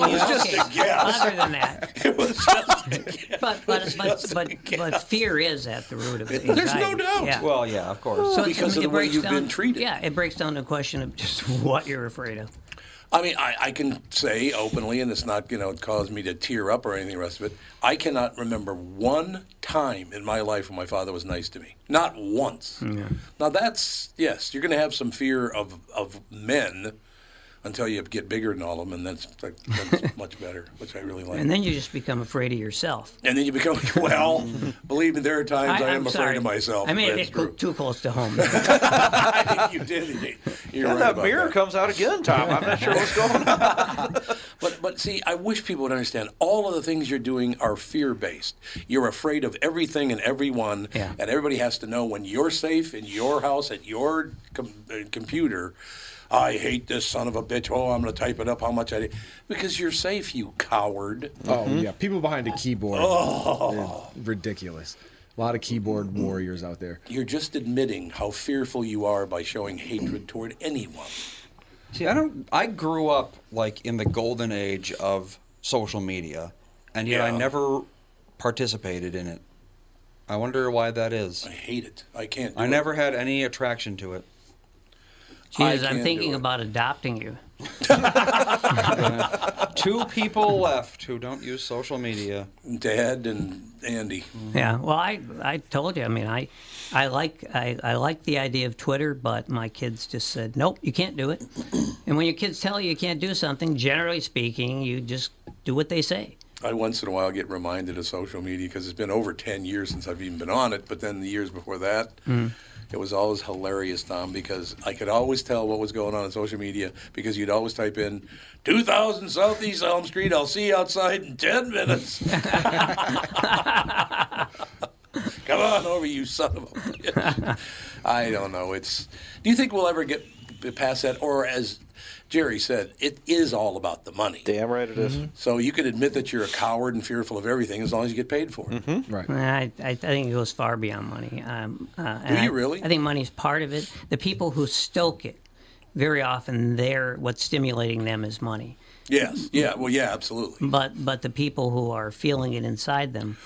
E: yes.
A: Just a guess.
B: Other than that,
A: It was just a guess.
B: but but but, but, but fear is at the root of it.
A: no doubt.
B: Yeah.
E: Well, yeah, of course.
B: So it's-
A: Because of
B: it
A: the way
B: breaks
A: you've been
B: down-
A: treated.
B: Yeah, it breaks down to a question of just what you're afraid of.
A: I mean, I, I can say openly, and it's not going to cause me to tear up or anything the rest of it. I cannot remember one time in my life when my father was nice to me. Not once.
B: Mm,
A: Now, that's, yes, you're going to have some fear of, of men until you get bigger than all of them, and that's, that's much better, which I really like.
B: And then you just become afraid of yourself.
A: And then you become, well, believe me, there are times I,
B: I'm
A: am afraid
B: sorry.
A: of myself.
B: I mean,
A: That's
B: it's
A: true.
B: too close to home.
A: I think you did. You're
C: And
A: right
C: that
A: about
C: beer
A: that.
C: comes out again, Tom. I'm not sure what's going on.
A: But but see, I wish people would understand all of the things you're doing are fear based. You're afraid of everything and everyone,
B: Yeah.
A: and everybody has to know when you're safe in your house at your com- uh, computer. I hate this son of a bitch. Oh, I'm going to type it up. How much I because you're safe, you coward.
D: Oh
C: mm-hmm.
D: yeah, people behind a keyboard,
A: Oh.
D: It's ridiculous. A lot of keyboard warriors out there.
A: You're just admitting how fearful you are by showing hatred toward anyone.
E: See, I don't. I grew up like in the golden age of social media, and yet I
A: Yeah.
E: never participated in it. I wonder why that is.
A: I hate it. I can't. do
E: I
A: it.
E: never had any attraction to it.
B: Jesus,
A: can't
B: I'm
A: do
B: thinking
A: it.
B: about adopting you.
E: Two people left who don't use social media.
A: Dad and Andy.
B: Yeah. Well, I, I told you. I mean, I, I like I, I like the idea of Twitter, but my kids just said, nope, you can't do it. And when your kids tell you you can't do something, generally speaking, you just do what they say.
A: I once in a while get reminded of social media because it's been over 10 years since I've even been on it. But then the years before that, it was always hilarious, Tom, because I could always tell what was going on in social media because you'd always type in 2000 Southeast Elm Street. I'll see you outside in 10 minutes. Come on over, you son of a bitch. I don't know. It's. Do you think we'll ever get past that? Or as Jerry said, it is all about the money.
C: Damn right it is.
A: So you can admit that you're a coward and fearful of everything as long as you get paid for it.
D: Right.
B: I, I I think it goes far beyond money. Um, uh, and
A: Do you
B: I-
A: really?
B: I think money's part of it. The people who stoke it, very often, they're what's stimulating them is money.
A: Yes. Yeah. Well, yeah, absolutely.
B: But but the people who are feeling it inside them,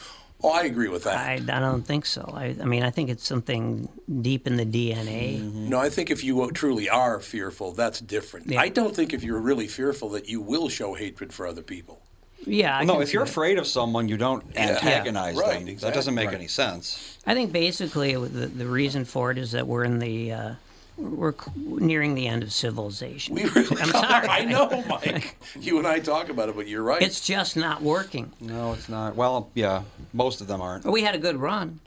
A: Oh, I agree with that.
B: I, I don't think so. I, I mean, I think it's something deep in the DNA.
A: No, I think if you truly are fearful, that's different. I don't think if you're really fearful that you will show hatred for other people.
B: Yeah. I
E: no,
B: can
E: if
B: see
E: you're
B: that.
E: afraid of someone, you don't antagonize
A: Right,
E: them. That doesn't make
A: exactly.
E: any sense.
B: I think basically it was- the, the reason for it is that we're in the uh, we're c- nearing the end of civilization.
A: We really
B: I'm
A: are.
B: sorry.
A: I know, Mike. you and I talk about it, but you're right.
B: It's just not working.
E: No, it's not. Well, yeah, most of them aren't.
B: We had a good run,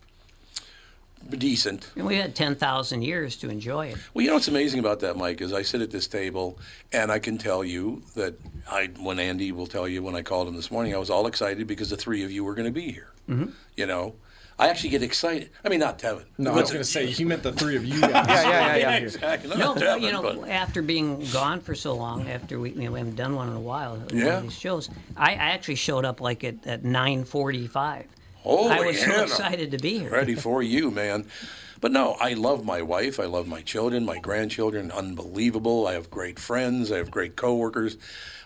A: decent.
B: and we had ten thousand years to enjoy it.
A: Well, you know what's amazing about that, Mike, is I sit at this table and I can tell you that I, when Andy will tell you when I called him this morning, I was all excited because the three of you were going to be here. Mm-hmm. You know, I actually get excited. I mean, not Tevin.
D: No, I was going to say, he meant the three of you guys.
E: yeah, yeah, yeah.
A: Exactly. Not
B: No,
A: Tevin,
B: but, you know,
A: but-
B: after being gone for so long, after we, you know, we haven't done one in a while, one
A: Yeah.
B: of these shows, I, I actually showed up like at, at nine forty-five.
A: Holy
B: I was so
A: Hannah.
B: excited to be here.
A: ready for you, man. But no, I love my wife. I love my children, my grandchildren. Unbelievable. I have great friends. I have great coworkers.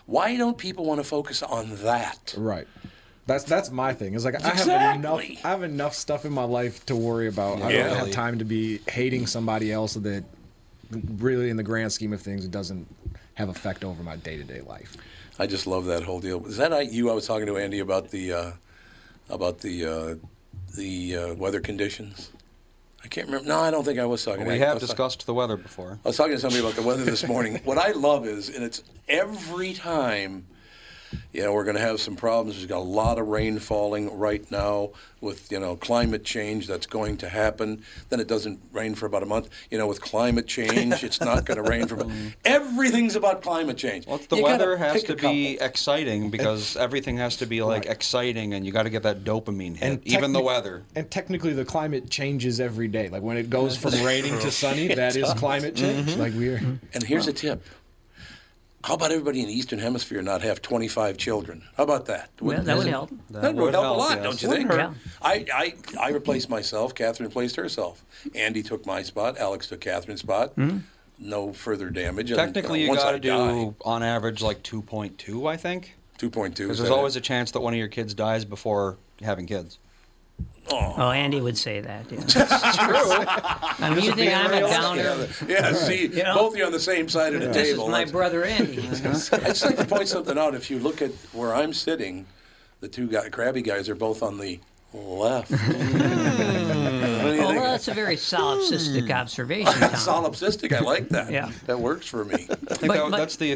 A: Why don't people want to focus on that?
D: Right. That's that's my thing. It's like I have enough
A: Exactly.
D: I have enough stuff in my life to worry about. I
A: Yeah.
D: don't have time to be hating somebody else that really in the grand scheme of things it doesn't have effect over my day-to-day life.
A: I just love that whole deal. Is that I, you? I was talking to Andy about the uh, about the uh, the uh, weather conditions. I can't remember. No, I don't think I was talking. to
E: We
A: Andy. I
E: have
A: was talking-
E: discussed the weather before.
A: I was talking to somebody about the weather this morning. what I love is, and it's every time, you know, we're going to have some problems. We've got a lot of rain falling right now with, you know, climate change that's going to happen. Then it doesn't rain for about a month. You know, with climate change, it's not going to rain for. Everything's about climate change.
E: Well, it's the
A: You gotta
E: weather has
A: pick
E: to
A: a couple.
E: be exciting because everything has to be like exciting, and you got to get that dopamine hit. even the
D: technic-
E: weather.
D: And technically the climate changes every day. Like when it goes from raining to sunny, that is climate change.
A: Mm-hmm.
D: Like we're
A: And here's a tip. How about everybody in the Eastern Hemisphere not have 25 children? How about that?
B: Well, that would help.
A: That, would, help, a lot,
E: yes.
A: don't you
E: Wouldn't
A: think?
B: hurt.
A: I, I, I replaced myself. Catherine replaced herself. Andy took my spot. Alex took Catherine's spot. No further damage. And,
E: Technically,
A: uh,
E: you
A: once
E: got
A: I
E: to do on average like 2.2, I think,
A: die, 2.2.
E: because there's always a chance that one of your kids dies before having kids.
B: Oh, Andy would say that. Yeah. true. I mean, you think I'm a downer?
A: Yeah, see,
B: know?
A: both of you on the same side of the
B: This is
A: table.
B: my
A: That's-
B: brother Andy.
A: I'd just like to point something out. If you look at where I'm sitting, the two guy, crabby guys are both on the left.
E: Hmm.
A: What do you
B: Oh,
A: think?
B: well, that's a very solipsistic
A: Hmm.
B: observation, Tom.
A: Solipsistic, I like that.
B: Yeah.
A: That works for me.
E: I think
B: But-
E: that-
B: but-
E: that's the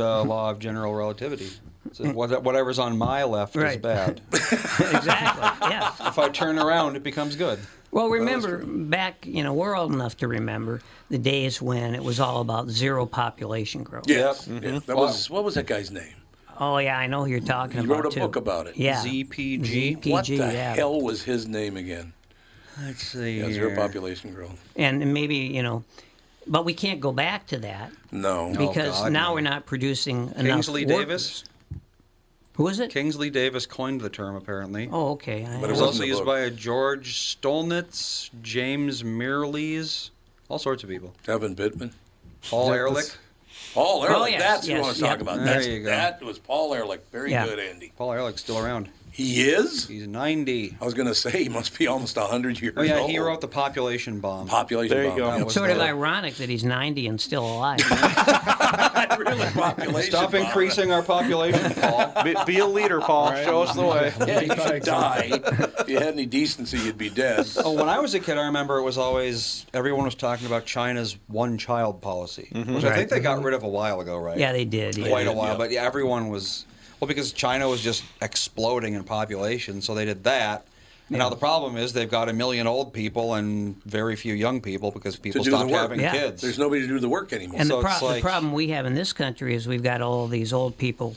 E: uh, law of general relativity. So what- whatever's on my left is
B: Right.
E: bad.
B: exactly. Yeah.
E: if I turn around, it becomes good.
B: Well, remember back, you know, we're old enough to remember the days when it was all about zero population growth.
A: Yes.
E: Yep.
B: Mm-hmm.
A: Yeah. That was what was that guy's name?
B: Oh yeah, I know who you're talking
A: He
B: about.
A: wrote a
B: too.
A: book about it.
B: Yeah.
E: ZPG.
B: ZPG,
A: What the
B: yeah.
A: hell was his name again?
E: Let's see.
A: Yeah, zero population growth.
B: And maybe you know, but we can't go back to that
A: Oh, No.
B: because
E: God,
B: now
E: no.
B: we're not producing enough.
E: Kingsley Davis.
B: workers. Who is it?
E: Kingsley Davis coined the term apparently.
B: Oh, okay. I-
A: But
E: It was
A: wasn't
E: also
A: a
E: used
A: book.
E: by a George Stolnitz, James Mirrlees, all sorts of people.
A: Evan Bittman.
E: Paul Ehrlich.
A: Paul Ehrlich.
B: Oh, yes,
A: that's who I
B: yes,
A: was
B: yep.
A: talking about.
E: There
A: That's,
E: you go.
A: That was Paul Ehrlich. Very
B: Yeah.
A: good, Andy.
E: Paul Ehrlich's still around.
A: He is?
E: He's 90.
A: I was going to say he must be almost 100 years
E: Oh yeah,
A: old.
E: he wrote the population bomb.
A: Population
C: There you
A: bomb.
C: go.
A: That was
E: That was
B: Sort of
E: the-
B: ironic that he's 90 and still alive.
A: not really population
E: Stop
A: bomb.
E: increasing our population, Paul.
C: Be, be a leader, Paul. Show us the way.
A: Yeah, you should die. if you had any decency, you'd be dead.
E: Oh, when I was a kid, I remember it was always everyone was talking about China's one-child policy,
C: Mm-hmm.
E: which I think they got rid of a while ago, right?
B: yeah, they did. yeah.
E: quite a
A: did,
E: while,
A: yeah.
E: but yeah, everyone was well because China was just exploding in population, so they did that. And now the problem is they've got a million old people and very few young people because people
A: do the
E: stopped
A: work.
E: having
B: Yeah.
E: kids.
A: There's nobody to do the work anymore.
B: And
E: So
B: the,
E: it's
B: pro-
E: like-
B: the problem we have in this country is we've got all these old people,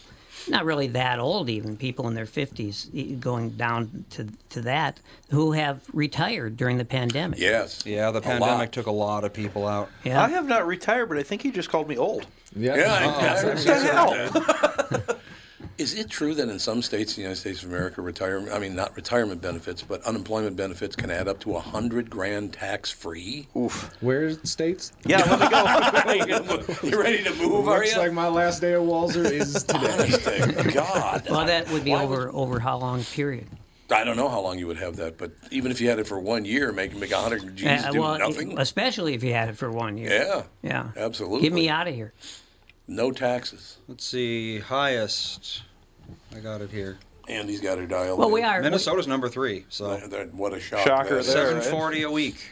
B: not really that old even, people in their 50s e- going down to, to that, who have retired during the pandemic.
A: yes.
E: yeah, the
A: A
E: pandemic
A: lot.
E: took a lot of people out.
B: Yeah.
C: I have not retired, but I think he just called me old.
D: Yeah.
A: Yeah, I- I-
C: What the hell?
A: Is it true that in some states in the United States of America, retirement, I mean, not retirement benefits, but unemployment benefits can add up to a hundred grand tax free?
D: Where states?
C: Yeah, let me go.
A: you ready to move, are
D: Looks
A: you?
D: like my last day at Walzer is today.
A: Honest to God.
B: Well, that would be
A: Why
B: over over how long period?
A: I don't know how long you would have that, but even if you had it for one year, make make hundred G's
B: Uh,
A: do
B: well,
A: nothing.
B: especially if you had it for one year.
A: Yeah.
B: Yeah.
A: Absolutely.
B: Get me out of here.
A: No taxes.
E: Let's see, highest. I got it here.
A: Andy's got her dialed.
B: Well, we
A: in.
B: are.
E: Minnesota's number three, so
A: That- that- What a shock!
C: Shocker
A: that is.
C: there.
E: seven forty a week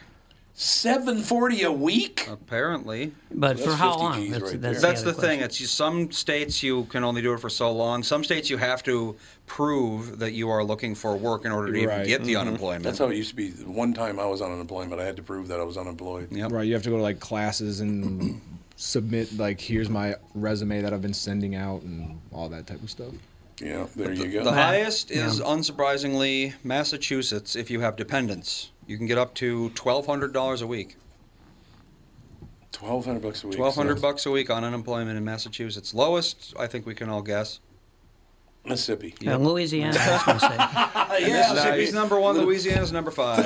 A: Seven forty a week.
E: apparently.
B: But for
A: That's
B: how
A: 50
B: long?
A: Gs right there.
E: That's
B: other
E: the thing. It's you, some states you can only do it for so long. Some states you have to prove that you are looking for work in order to even
D: Right.
E: get the unemployment.
A: That's how it used to be. One time I was on unemployment, I had to prove that I was unemployed.
E: Yep.
D: Right, you have to go to like classes and submit like here's my resume that I've been sending out and all that type of stuff.
A: Yeah, there you
E: The
A: go.
E: highest is unsurprisingly Massachusetts. If you have dependents, you can get up to twelve hundred dollars a week.
A: Twelve hundred bucks a week.
E: Twelve hundred
A: So,
E: bucks a week on unemployment in Massachusetts. Lowest, I think we can all guess.
A: Mississippi.
B: And Louisiana, I was going to
E: And
A: yeah,
E: Mississippi's
A: so-
E: number one. Louisiana's number five.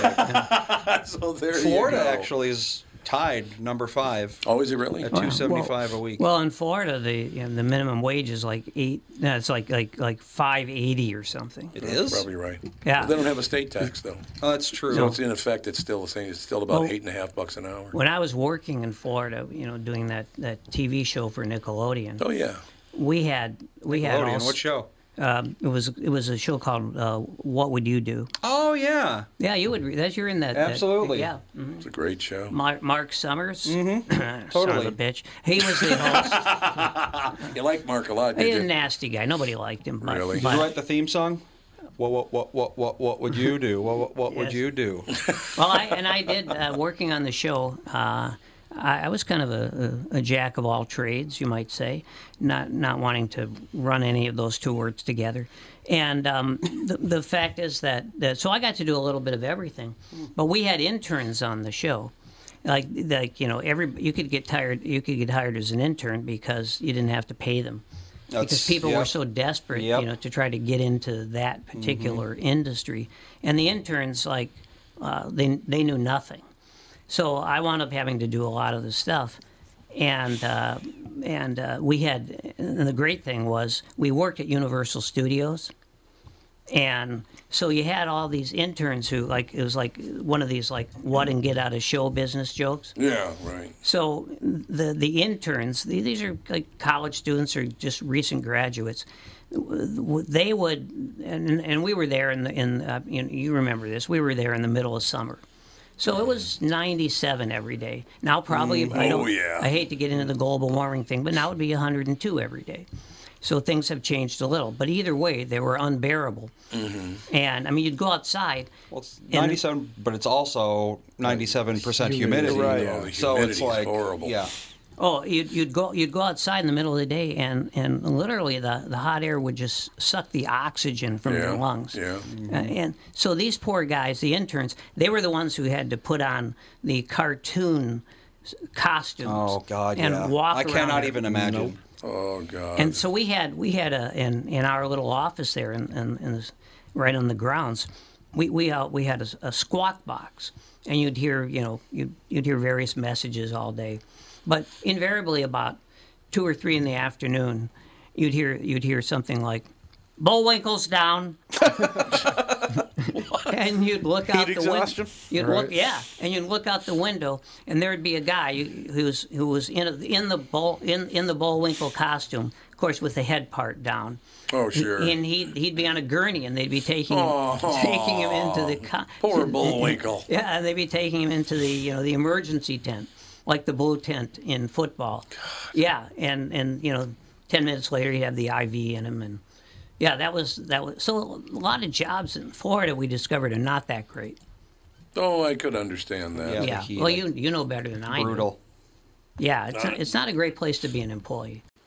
A: So there you
E: Florida
A: go.
E: actually is tied number five
A: Oh, is it really?
E: at two seventy five a
B: Well-
E: week.
B: Well, in Florida, the you know, the minimum wage is like eight. No, it's like like like five eighty or something.
E: it is.
A: Probably right.
B: Yeah.
A: Well, they don't have a state tax though,
E: Oh, that's true.
A: so it's in effect it's still the same. It's still about
B: Well-
A: eight and a half bucks an hour.
B: When I was working in Florida, you know, doing that that TV show for Nickelodeon,
A: Oh yeah.
B: we had we had all
E: Nickelodeon,
B: s-
E: what show?
B: um, it was it was a show called uh, What Would You Do?
E: Oh yeah,
B: Yeah, you would. re- That's you're in that. that-
E: Absolutely. Mm-hmm.
B: yeah.
A: It's a great show.
B: Mar- Mark Summers, son of
E: Totally.
B: a bitch. He was the host.
A: You like Mark a lot,
B: He's a
A: did you?
B: nasty guy. Nobody liked him. But,
A: Really?
E: did you
B: but-
E: write the theme song? What what what what what what would you do? What what, what
B: Yes.
E: would you do?
B: well, I, and I did uh, working on the show. Uh, I, I was kind of a, a, a jack of all trades, you might say, not not wanting to run any of those two words together. And um, the, the fact is that, that so I got to do a little bit of everything, but we had interns on the show. Like, like you know, every you could get tired. You could get hired as an intern because you didn't have to pay them, because
E: That's-
B: people were
E: yep.
B: so desperate,
E: Yep.
B: you know, to try to get into that particular industry. And the interns, like, uh, they they knew nothing. So I wound up having to do a lot of the stuff, and uh, and uh, we had and the great thing was we worked at Universal Studios, and so you had all these interns who like it was like one of these like what and get out of show business jokes.
A: Yeah, right.
B: So the the interns, the- these are like college students or just recent graduates. w- They would, and, and we were there in the in uh, you, know, you remember this. We were there in the middle of summer, so it was 97 every day. Now probably I
A: oh,
B: don't.
A: yeah.
B: I hate to get into the global warming thing, but now it would be 102 every day. So things have changed a little, but either way, they were unbearable.
A: Mm-hmm.
B: And I mean, you'd go outside.
E: Well, it's
B: the-
E: 97, but it's also 97% humidity. Oh,
D: Humidity,
A: Right. yeah. The
E: So
A: humidity
E: it's
A: is
E: like
A: horrible.
E: Yeah.
B: Oh, you'd, you'd go you'd go outside in the middle of the day, and, and literally the, the hot air would just suck the oxygen from your
A: Yeah,
B: lungs.
A: yeah. mm-hmm.
B: Uh, and so these poor guys, the interns, they were the ones who had to put on the cartoon s- costumes.
E: Oh God.
B: And
E: yeah.
B: walk.
E: I
B: around
E: cannot
B: it.
E: even imagine.
A: Oh God.
B: And so we had we had a in, in our little office there in, in, in this, right on the grounds, we we uh, we had a, s- a squawk box, and you'd hear you know you'd, you'd hear various messages all day, but invariably about two or three in the afternoon, you'd hear you'd hear something like, "Bullwinkle's down," and you'd look out the window.
C: exhaustion?
B: You'd look, yeah, and you'd look out the window, and there'd be a guy who who was who was in a, in the bull in in the Bullwinkle costume, of course, with the head part down.
A: oh sure.
B: And he'd he'd be on a gurney, and they'd be taking him,
A: Aw.
B: taking him into the co-
A: Poor Bullwinkle.
B: yeah, and they'd be taking him into the you know the emergency tent, like the blue tent in football. Yeah, and and you know, ten minutes later he'd have the IV in him, and yeah, that was that was so a lot of jobs in Florida we discovered are not that great.
A: Oh, I could understand that.
E: Yeah.
B: Yeah,
E: heat,
B: well
E: like,
B: you you know better than I. do.
E: Brutal.
B: Yeah, it's not, it's not a great place to be an employee.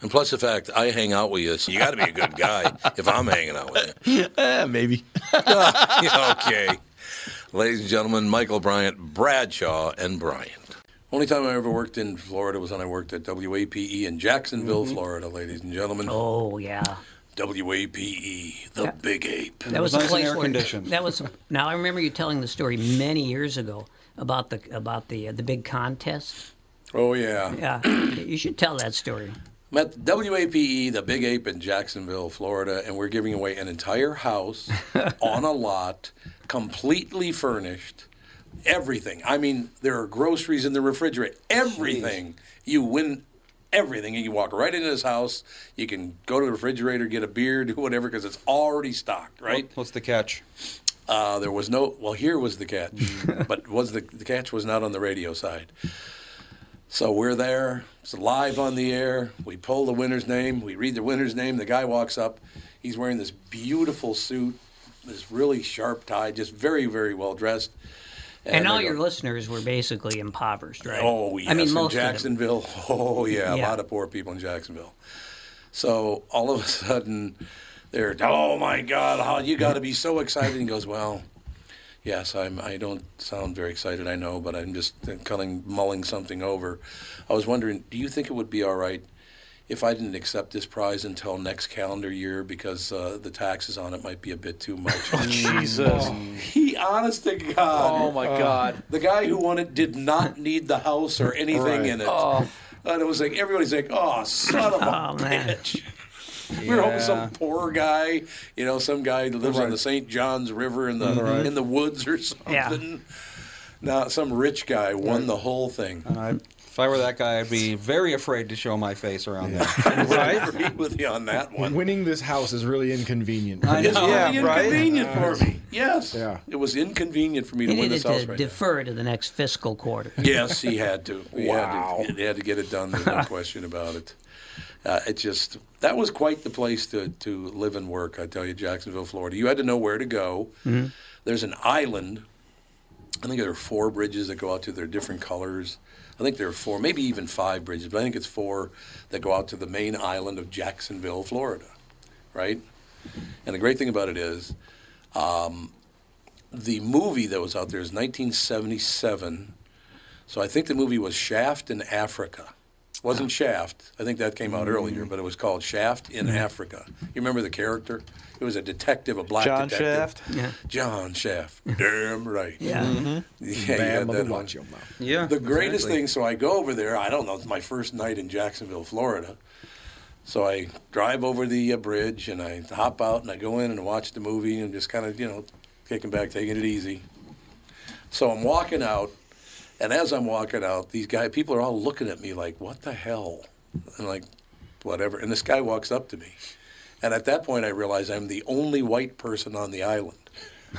A: And plus the fact I hang out with you, so you got to be a good guy if I'm hanging out with you.
H: Eh, maybe.
A: okay. Ladies and gentlemen, Michael Bryant, Bradshaw, and Bryant. Only time I ever worked in Florida was when I worked at WAPE E in Jacksonville, Florida, ladies and gentlemen.
B: Mm-hmm. Oh yeah,
A: WAPE, E, the big ape.
B: that was
E: was
B: the
E: nice and
B: place
E: air
B: where-
E: conditioned.
B: That was now I remember you telling the story many years ago about the about the uh, the big contest.
A: Oh, yeah.
B: Yeah, you should tell that story.
A: I'm at WAPE, E, the Big Ape in Jacksonville, Florida, and we're giving away an entire house on a lot, completely furnished, everything. I mean, there are groceries in the refrigerator, everything. You win everything. You can walk right into this house. You can go to the refrigerator, get a beer, do whatever, because it's already stocked, right?
E: What's the catch?
A: Uh, there was no. Well, here was the catch, but was the the catch was not on the radio side. So we're there. It's live on the air. We pull the winner's name. We read the winner's name. The guy walks up. He's wearing this beautiful suit, this really sharp tie, just very very well dressed.
B: And, all
A: I go,
B: your listeners were basically impoverished, right?
A: Oh yes,
B: I mean,
A: in
B: most Of
A: Jacksonville. Oh yeah, a
B: Yeah.
A: lot of poor people in Jacksonville. So all of a sudden, they're oh my God, how you got to be so excited? And he goes, well, yes, I'm. I don't sound very excited, I know, but I'm just culling, mulling something over. I was wondering, do you think it would be all right? If I didn't accept this prize until next calendar year because uh, the taxes on it might be a bit too much.
C: Oh, Jesus.
A: he, honest to God,
C: Oh, my God.
A: the guy who won it did not need the house or anything in it.
C: Oh.
A: And it was like everybody's like, "Oh, son of a
B: Oh, man.
A: bitch." We were hoping
E: Yeah.
A: some poor guy, you know, some guy that lives on the St. John's River in the in the woods or something.
B: Yeah.
A: Now some rich guy won the whole thing.
E: I, if I were that guy, I'd be very afraid to show my face around that.
A: I agree with you on that one.
D: Winning this house is really inconvenient.
A: It's really
C: Yeah, right?
A: inconvenient for me. Yes,
D: Yeah.
A: it was inconvenient for me
B: you
A: to win
B: needed
A: this house
B: to
A: right now.
B: defer to the next fiscal quarter.
A: Yes, he had to. He wow. Had to, he had to get it done. There's no question about it. Uh, it just that was quite the place to, to live and work. I tell you, Jacksonville, Florida. You had to know where to go.
C: Mm-hmm.
A: There's an island. I think there are four bridges that go out to. They're different colors. I think there are four, maybe even five bridges, but I think it's four that go out to the main island of Jacksonville, Florida, right? And the great thing about it is, um, the movie that was out there is 1977. So I think the movie was Shaft in Africa. It wasn't Shaft. I think that came out earlier, but it was called Shaft in Africa. You remember the character? It was a detective, a black
C: John
A: detective.
C: Shaft?
B: Yeah.
A: John Shaft. Damn right.
B: Yeah.
A: Yeah, you
D: Bad
A: had
D: mother
A: that
D: watch
A: one.
D: your mouth.
E: yeah.
A: The greatest thing, so I go over there. I don't know, it's my first night in Jacksonville, Florida. So I drive over the uh, bridge and I hop out and I go in and watch the movie and just kind of, you know, kicking back, taking it easy. So I'm walking out, and as I'm walking out, these guy people are all looking at me like, "What the hell?" And like, whatever. And this guy walks up to me, and at that point, I realize I'm the only white person on the island.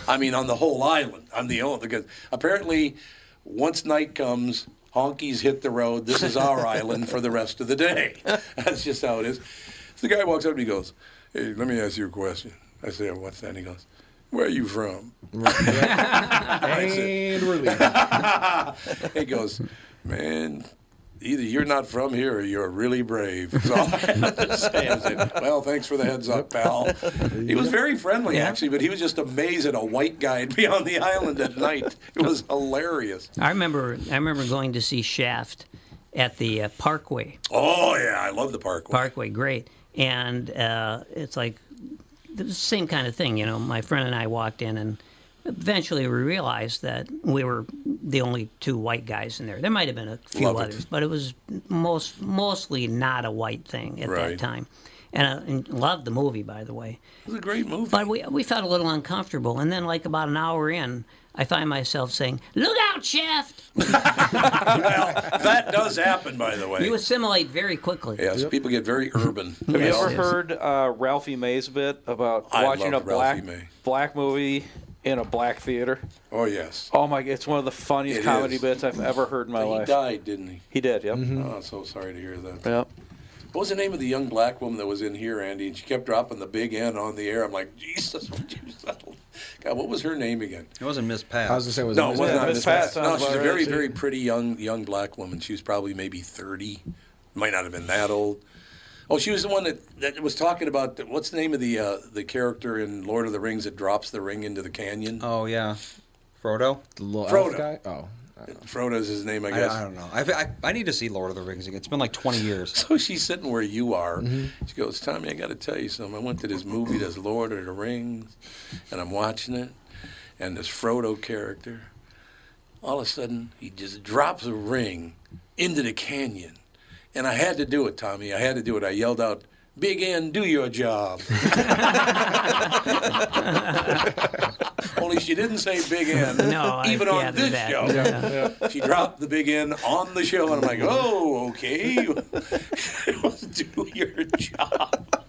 A: I mean, on the whole island, I'm the only because apparently, once night comes, honkies hit the road. This is our island for the rest of the day. That's just how it is. So the guy walks up to me and goes, Hey, let me ask you a question. I said, What's that? And he goes, Where are you from?
D: and we're leaving.
A: He goes, Man, either you're not from here or you're really brave. So I had to say, I said, Well, thanks for the heads up, pal. He was very friendly, actually, but he was just amazed at a white guy would be on the island at night. It was hilarious.
B: I remember I remember going to see Shaft at the uh, Parkway.
A: Oh, yeah, I love the parkway.
B: Parkway, great. And uh, it's like the same kind of thing, you know. My friend and I walked in, and eventually we realized that we were the only two white guys in there. There might have been a few
A: Love it.
B: others, but it was most mostly not a white thing at
A: Right.
B: that time. And I and loved the movie, by the way.
A: It was a great movie.
B: But we, we felt a little uncomfortable. And then, like about an hour in, I find myself saying, Look out, Shaft!
A: well, that does happen, by the way.
B: You assimilate very quickly.
A: yes, people get very urban.
C: Have you ever
B: Yes.
C: heard uh, Ralphie May's bit about
A: I
C: watching a
A: love Ralphie
C: black
A: May.
C: black movie in a black theater?
A: Oh, yes.
C: Oh my! It's one of the funniest
A: It
C: comedy
A: is.
C: bits I've ever heard in my
A: He
C: life.
A: died, didn't he?
C: He did. Yep. Mm-hmm.
A: Oh, I'm so sorry to hear that.
C: Yep.
A: What was the name of the young black woman that was in here, Andy? And she kept dropping the big N on the air. I'm like, Jesus, would you settle? God, what was her name again?
E: It wasn't Miss Pat.
D: I was gonna say, was
A: No,
D: it
A: it
D: Miss
A: was
C: Yeah,
A: not
D: Pat?
C: Miss
A: Miss
C: Pat
A: Pat. No,
C: sounds
A: she's a
C: about
A: very,
C: right.
A: very pretty young young black woman. She was probably maybe 30. Might not have been that old. Oh, she was the one that, that was talking about the, what's the name of the uh, the character in Lord of the Rings that drops the ring into the canyon?
E: oh yeah, Frodo.
D: The little elf
A: Frodo.
D: guy? Oh.
A: Frodo's his name, I
E: I,
A: guess.
E: I don't know. I, I, I need to see Lord of the Rings again. It's been like 20 years.
A: So she's sitting where you are.
E: Mm-hmm.
A: She goes, Tommy, I got to tell you something. I went to this movie, this Lord of the Rings, and I'm watching it, and this Frodo character, all of a sudden, he just drops a ring into the canyon. And I had to do it, Tommy. I had to do it. I yelled out, Big N, do your job. Only she didn't say Big N,
B: No, I
A: even on
B: gathered
A: this
B: that.
A: show. She dropped the big N on the show, and I'm like, oh, okay. Do your job.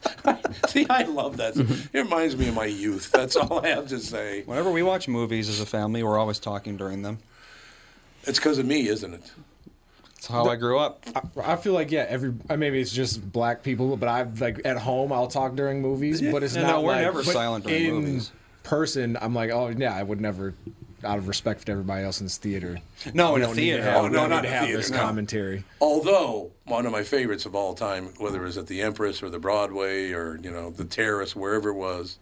A: See, I love that. It reminds me of my youth. That's all I have to say.
E: Whenever we watch movies as a family, we're always talking during them.
A: It's because of me, isn't it?
E: That's how I grew up.
D: I feel like yeah, every uh, maybe it's just black people, but I've like at home I'll talk during movies, but it's
E: Yeah,
D: not.
E: no, we're
D: like-
E: never
D: but
E: silent during
D: in
E: movies.
D: Person, I'm like, oh yeah, I would never, out of respect for everybody else in this theater.
E: No,
D: we
E: in a
D: don't need to
E: theater.
D: have-
A: Oh,
D: we
A: no,
D: don't need
A: not
D: to
A: a
D: have
A: theater,
D: this
A: no.
D: commentary.
A: Although one of my favorites of all time, whether it was at the Empress or the Broadway or you know the Terrace, wherever it was,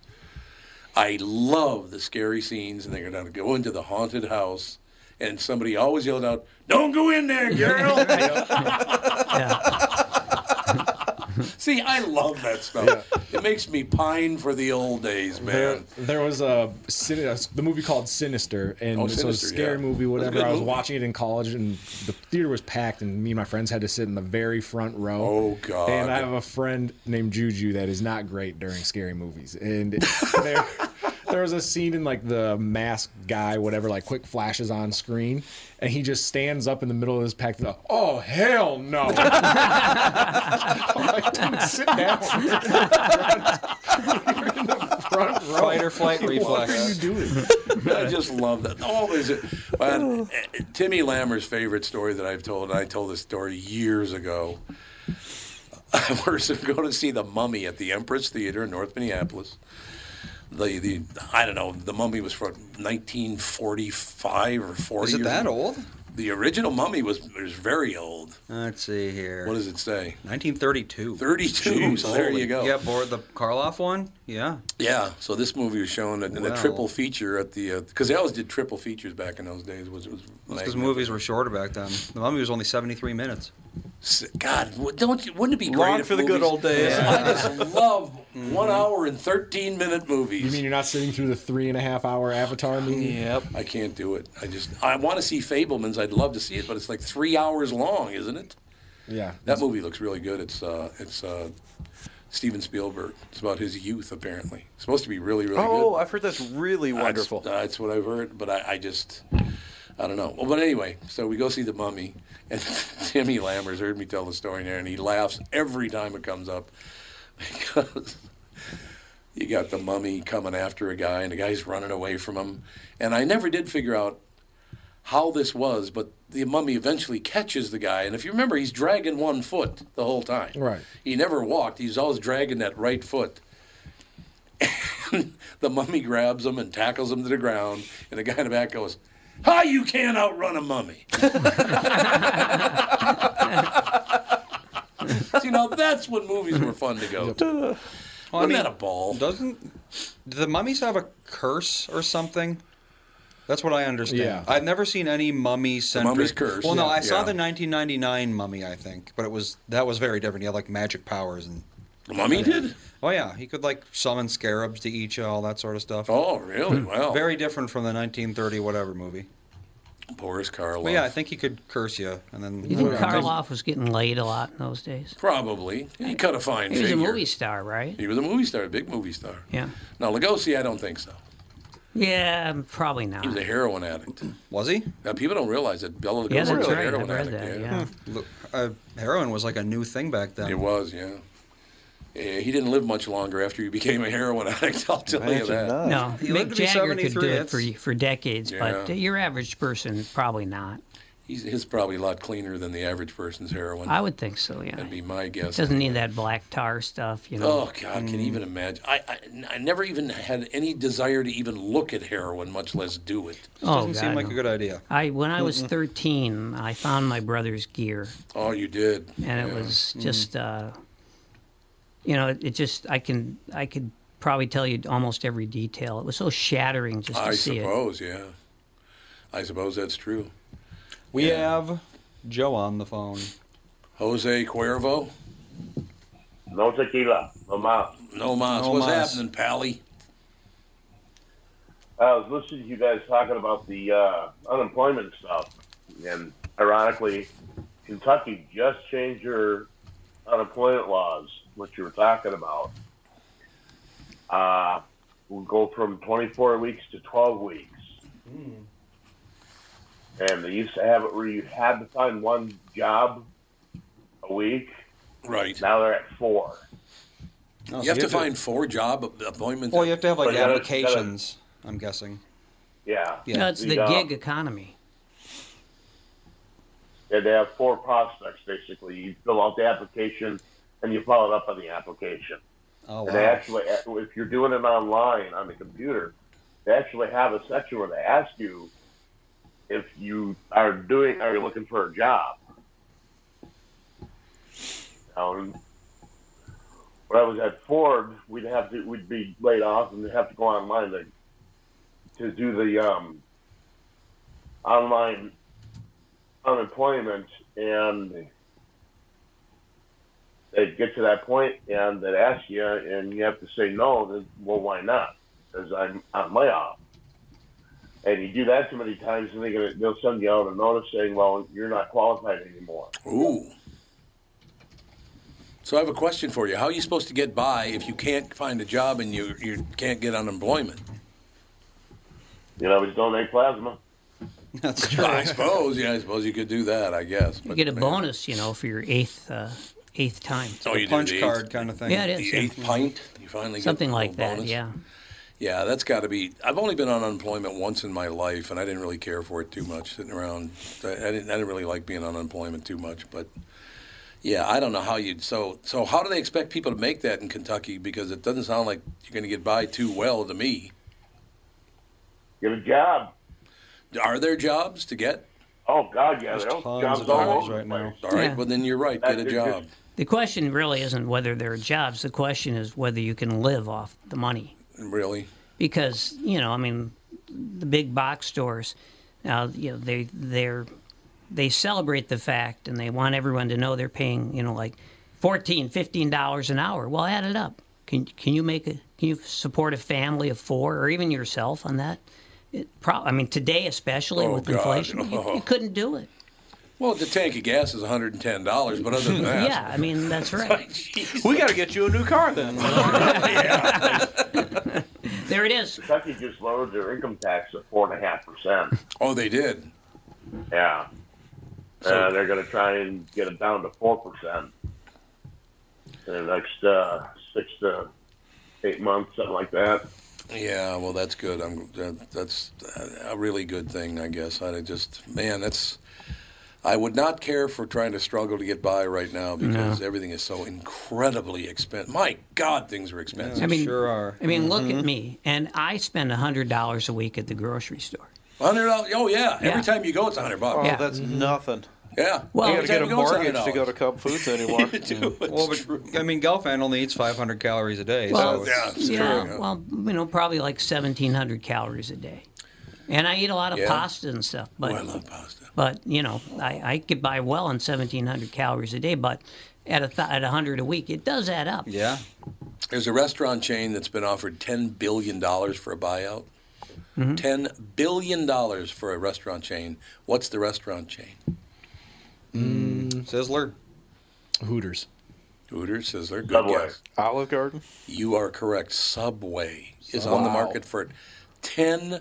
A: I love the scary scenes, and they're going to go into the haunted house, and somebody always yelled out, "Don't go in there, girl!" See, I love that stuff. It makes me pine for the old days,
D: There,
A: man.
D: there was a, sin- uh, the movie called Sinister, and
A: Oh,
D: it was a
A: Sinister,
D: scary
A: yeah.
D: movie,
A: It was a
D: whatever.
A: good
D: I was
A: movie.
D: watching it in college, and the theater was packed, and me and my friends had to sit in the very front row.
A: Oh, God.
D: And I have a friend named Juju that is not great during scary movies, and there, there was a scene in like the mask guy, whatever, like quick flashes on screen, and he just stands up in the middle of this packed. Oh hell no! I'm like, "Dude, sit down. You're in the front row.
E: Fight or flight
D: What are you
E: reflex.
D: doing?
A: I just love that. Always, man, eh, Timmy Lammer's favorite story that I've told, and I told this story years ago. We're going to see the Mummy at the Empress Theater in North Minneapolis. The the I don't know. The Mummy was from 1945 or 40.
E: Is it
A: or-
E: that old?
A: The original Mummy was was very old.
E: Let's see here.
A: What does it say?
E: 1932.
A: 32, so there
E: holy-
A: you go.
E: Yeah, board the Karloff one. Yeah.
A: Yeah, so this movie was shown in a
E: Wow.
A: triple feature at the because they always did triple features back in those days, which was
E: Because
A: magnificent.
E: movies were shorter back then. The Mummy was only 73 minutes.
A: God, w- don't you? Wouldn't it be great
C: Long
A: if
C: for the good
A: movies-
C: old days.
A: I just love one hour and thirteen minute movies.
D: You mean you're not sitting through the three and a half hour Avatar movie?
C: Yep.
A: I can't do it. I just I want to see Fableman's. I'd love to see it, but it's like three hours long, isn't it?
D: Yeah.
A: That movie looks really good. It's uh, it's uh, Steven Spielberg. It's about his youth, apparently. It's supposed to be really, really
C: Oh,
A: good.
C: I've heard that's really wonderful.
A: That's, that's what I've heard, but I, I just, I don't know. Well, but anyway, so we go see The Mummy, and Timmy Lammers heard me tell the story there, and he laughs every time it comes up because you got the mummy coming after a guy, and the guy's running away from him. And I never did figure out how this was, but the mummy eventually catches the guy, and if you remember, he's dragging one foot the whole time.
D: Right.
A: He never walked. He's always dragging that right foot. the mummy grabs him and tackles him to the ground, and the guy in the back goes, "How you can't outrun a mummy?" See, now that's when movies were fun to go. to.
E: Well, I
A: Wasn't
E: mean,
A: that a ball?
E: Doesn't do the mummies have a curse or something? That's what I understand.
D: Yeah.
E: I've never seen any mummy centric.
A: mummy's curse,
E: Well, no,
A: yeah,
E: I saw
A: yeah.
E: the 1999 mummy, I think, but it was that was very different. He had like magic powers and
A: The mummy did?
E: oh yeah, he could like summon scarabs to eat you, all that sort of stuff.
A: Oh, really? Wow.
E: Very different from the 1930 whatever movie.
A: Boris Karloff.
E: Well, yeah, I think he could curse you, and then
B: You think Karloff was getting laid a lot in those days?
A: Probably. He cut a fine
B: He was a
A: figure.
B: movie star, right?
A: He was a movie star, a big movie star.
B: Yeah.
A: Now Lugosi, I don't think so.
B: Yeah, probably not.
A: He was a heroin addict.
E: was he?
A: Now people don't realize that Bela Lugosi
B: Yeah, that's
A: was a
B: right. I
A: heroin
B: read
A: addict.
B: that.
A: yeah.
B: Yeah.
E: Look, Uh, heroin was like a new thing back then.
A: It was, yeah. Eh, He didn't live much longer after he became a heroin addict. I'll tell you
C: Imagine
A: that.
C: that.
B: No,
E: He lived
B: Mick
E: to be
B: Jagger could do
E: 73,
B: it for
E: that's-
B: for decades, but uh,
A: Yeah.
B: your average person probably not.
A: He's, his probably a lot cleaner than the average person's heroin.
B: I would think so. Yeah,
A: That'd be my guess.
B: doesn't need that black tar stuff, you know.
A: Oh God!
C: Hmm.
A: Can you even imagine? I, I I never even had any desire to even look at heroin, much less do it.
B: Oh,
E: Doesn't seem
B: God,
E: like
B: no.
E: a good idea.
B: I when I was 13, I found my brother's gear,
A: Oh, you did.
B: and it
A: Yeah.
B: was
E: Mm.
B: just, uh, you know, it, it just I can I could probably tell you almost every detail. It was so shattering just to
A: I
B: see
A: suppose, yeah. I suppose that's true.
E: We have Joe on the phone.
A: Jose Cuervo,
I: No tequila, no más.
A: no mas.
E: No
A: What's
E: mas.
A: happening, Pally?
I: I was listening to you guys talking about the uh, unemployment stuff, and ironically, Kentucky just changed your unemployment laws, what you were talking about. Uh, we'll go from 24 weeks to 12 weeks. And they used to have it where you had to find one job a week.
A: Right.
I: Now they're at four.
E: Oh, so
A: you have to find four job ap- appointments.
E: Well, you have to have like
I: But you gotta-
E: applications. I'm guessing.
I: Yeah.
B: it. No, it's the
I: Yeah.
B: gig economy.
I: Yeah, they have four prospects basically. You fill out the application and you follow it up on the application.
E: Oh
I: And they
E: wow.
I: actually, uh, if you're doing it online on the computer, they actually have a section where they ask you if you are doing, are you looking for a job? Um, when I was at Ford, we'd have to, we'd be laid off and have to go online to, to do the um, online unemployment, and they get to that point and they ask you, and you have to say no. Then, well, why not? Because I'm on layoff. And you do that too many times, and they're gonna, they'll send you out a notice saying, "Well, you're not qualified anymore."
A: Ooh. So I have a question for you. How are you supposed to get by if you can't find a job and you you can't get unemployment?
I: You know, we donate plasma.
E: That's true.
A: I suppose. Yeah, I suppose you could do that. I guess.
B: You get a bonus, you know, for your eighth uh, eighth time.
A: Oh, you do
E: Punch
A: the eighth-
E: card kind of thing.
B: Yeah, it
A: The
B: is. yeah.
A: eighth pint. You finally get
B: Something
A: a
B: like
A: little
B: that.
A: bonus.
B: Yeah.
A: Yeah, that's got to be. I've only been on unemployment once in my life, and I didn't really care for it too much. Sitting around, I, I didn't. I didn't really like being on unemployment too much. But yeah, I don't know how you'd. So, so how do they expect people to make that in Kentucky? Because it doesn't sound like you're going to get by too well to me.
I: Get a job.
A: Are there jobs to get?
I: Oh God, yeah,
E: There's
I: there's
E: tons of
I: jobs all
E: dollars
I: over
E: right
I: the place.
E: now.
A: All right,
B: Yeah.
A: well then you're right. Get a
I: That's-
A: job.
B: The question really isn't whether there are jobs. The question is whether you can live off the money.
A: Really?
B: Because you know, I mean, the big box stores now you know they they're they celebrate the fact and they want everyone to know they're paying you know like 14 15 dollars an hour well add it up can can you make a can you support a family of four or even yourself on that it pro- i mean today especially
A: Oh,
B: with
A: God.
B: inflation you, you couldn't do it
A: Well, the tank of gas is 110 dollars, but other than that,
B: yeah i mean that's right
C: We got to get you a new car then.
B: there it is
I: Kentucky just lowered their income tax at four and a half percent.
A: Oh, they did.
I: Yeah. uh, they're going to try and get it down to 4% in the next uh, six to eight months, something like that.
A: Yeah, well, that's good. I'm that, that's a really good thing, I guess. I just man, that's I would not care for trying to struggle to get by right now because
B: No.
A: everything is so incredibly expensive. My God, things are expensive.
B: I mean, I mean, look at me, and I spend hundred dollars a week at the grocery store.
A: Hundred dollars. Oh yeah.
B: Yeah.
A: Every time you go, it's hundred bucks.
B: Oh, Yeah. that's
C: nothing.
A: Yeah.
C: Well, you got
A: Every
C: to get
A: time
C: a
A: you go, it's
C: mortgage to
A: $100.
C: go to Cub Foods anymore.
E: well, but, I mean, Gelfand only eats 500 calories a day. so it's-
B: Well, you know, probably like seventeen hundred calories a day, and I eat a lot of
E: Yeah.
B: pasta and stuff. But
E: Oh, I
A: love pasta.
B: But you know, I, I could buy well on seventeen hundred calories a day, but at a th- at hundred a week, it does add up.
E: Yeah.
A: There's a restaurant chain that's been offered ten billion dollars for a buyout.
B: Mhm.
A: $10 billion for a restaurant chain. What's the restaurant chain?
E: Sizzler.
D: Hooters.
A: Hooters, Sizzler, good
C: Subway.
A: guess.
C: Olive Garden.
A: You are correct. Subway is on the
C: Wow.
A: market for ten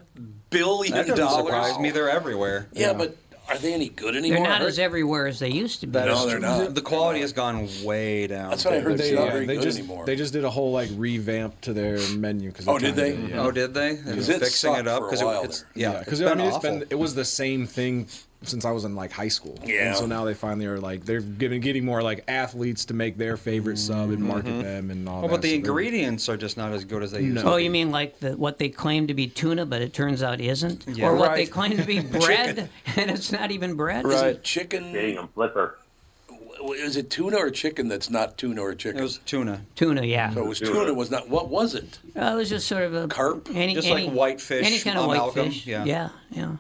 A: billion
E: That doesn't surprise
A: dollars.
E: me. They're everywhere.
A: Yeah, but are they any good
B: They're
A: anymore? I
B: not
A: heard-
B: as everywhere as they used to be.
E: That is true. The quality has gone way down.
A: That's what I heard. They're not very
D: they
A: good
D: just,
A: anymore.
D: They just did a whole like revamp to their menu. Cause
A: Oh, did they?
E: Oh, did they? They were fixing it up
D: because
E: because it's yeah,
D: because
E: it's
D: I
E: been
D: mean it's
E: awful.
D: been it was the same thing since I was in like high school.
E: Yeah.
D: And so now they finally are like they're getting getting more like athletes to make their favorite sub and market
E: Mhm.
D: them and all
E: Well,
D: that.
E: but the
D: so they're-
E: ingredients are just not as good as they used to.
B: Oh, you mean like the, what they claim to be tuna, but it turns out isn't,
E: Yeah.
B: or what
E: Right.
B: they claim to be bread, and it's not even bread.
A: Is it chicken?
I: Being a flipper.
A: Is it tuna or chicken? That's not tuna or chicken. It was
E: tuna.
B: Tuna, yeah.
A: So it was tuna. Was not. What was it?
B: Uh, it was just sort of a
A: Carp?
B: any,
A: Just
B: any,
A: like whitefish
B: any kind of
A: amalgam,
B: whitefish.
A: yeah.
B: yeah, yeah.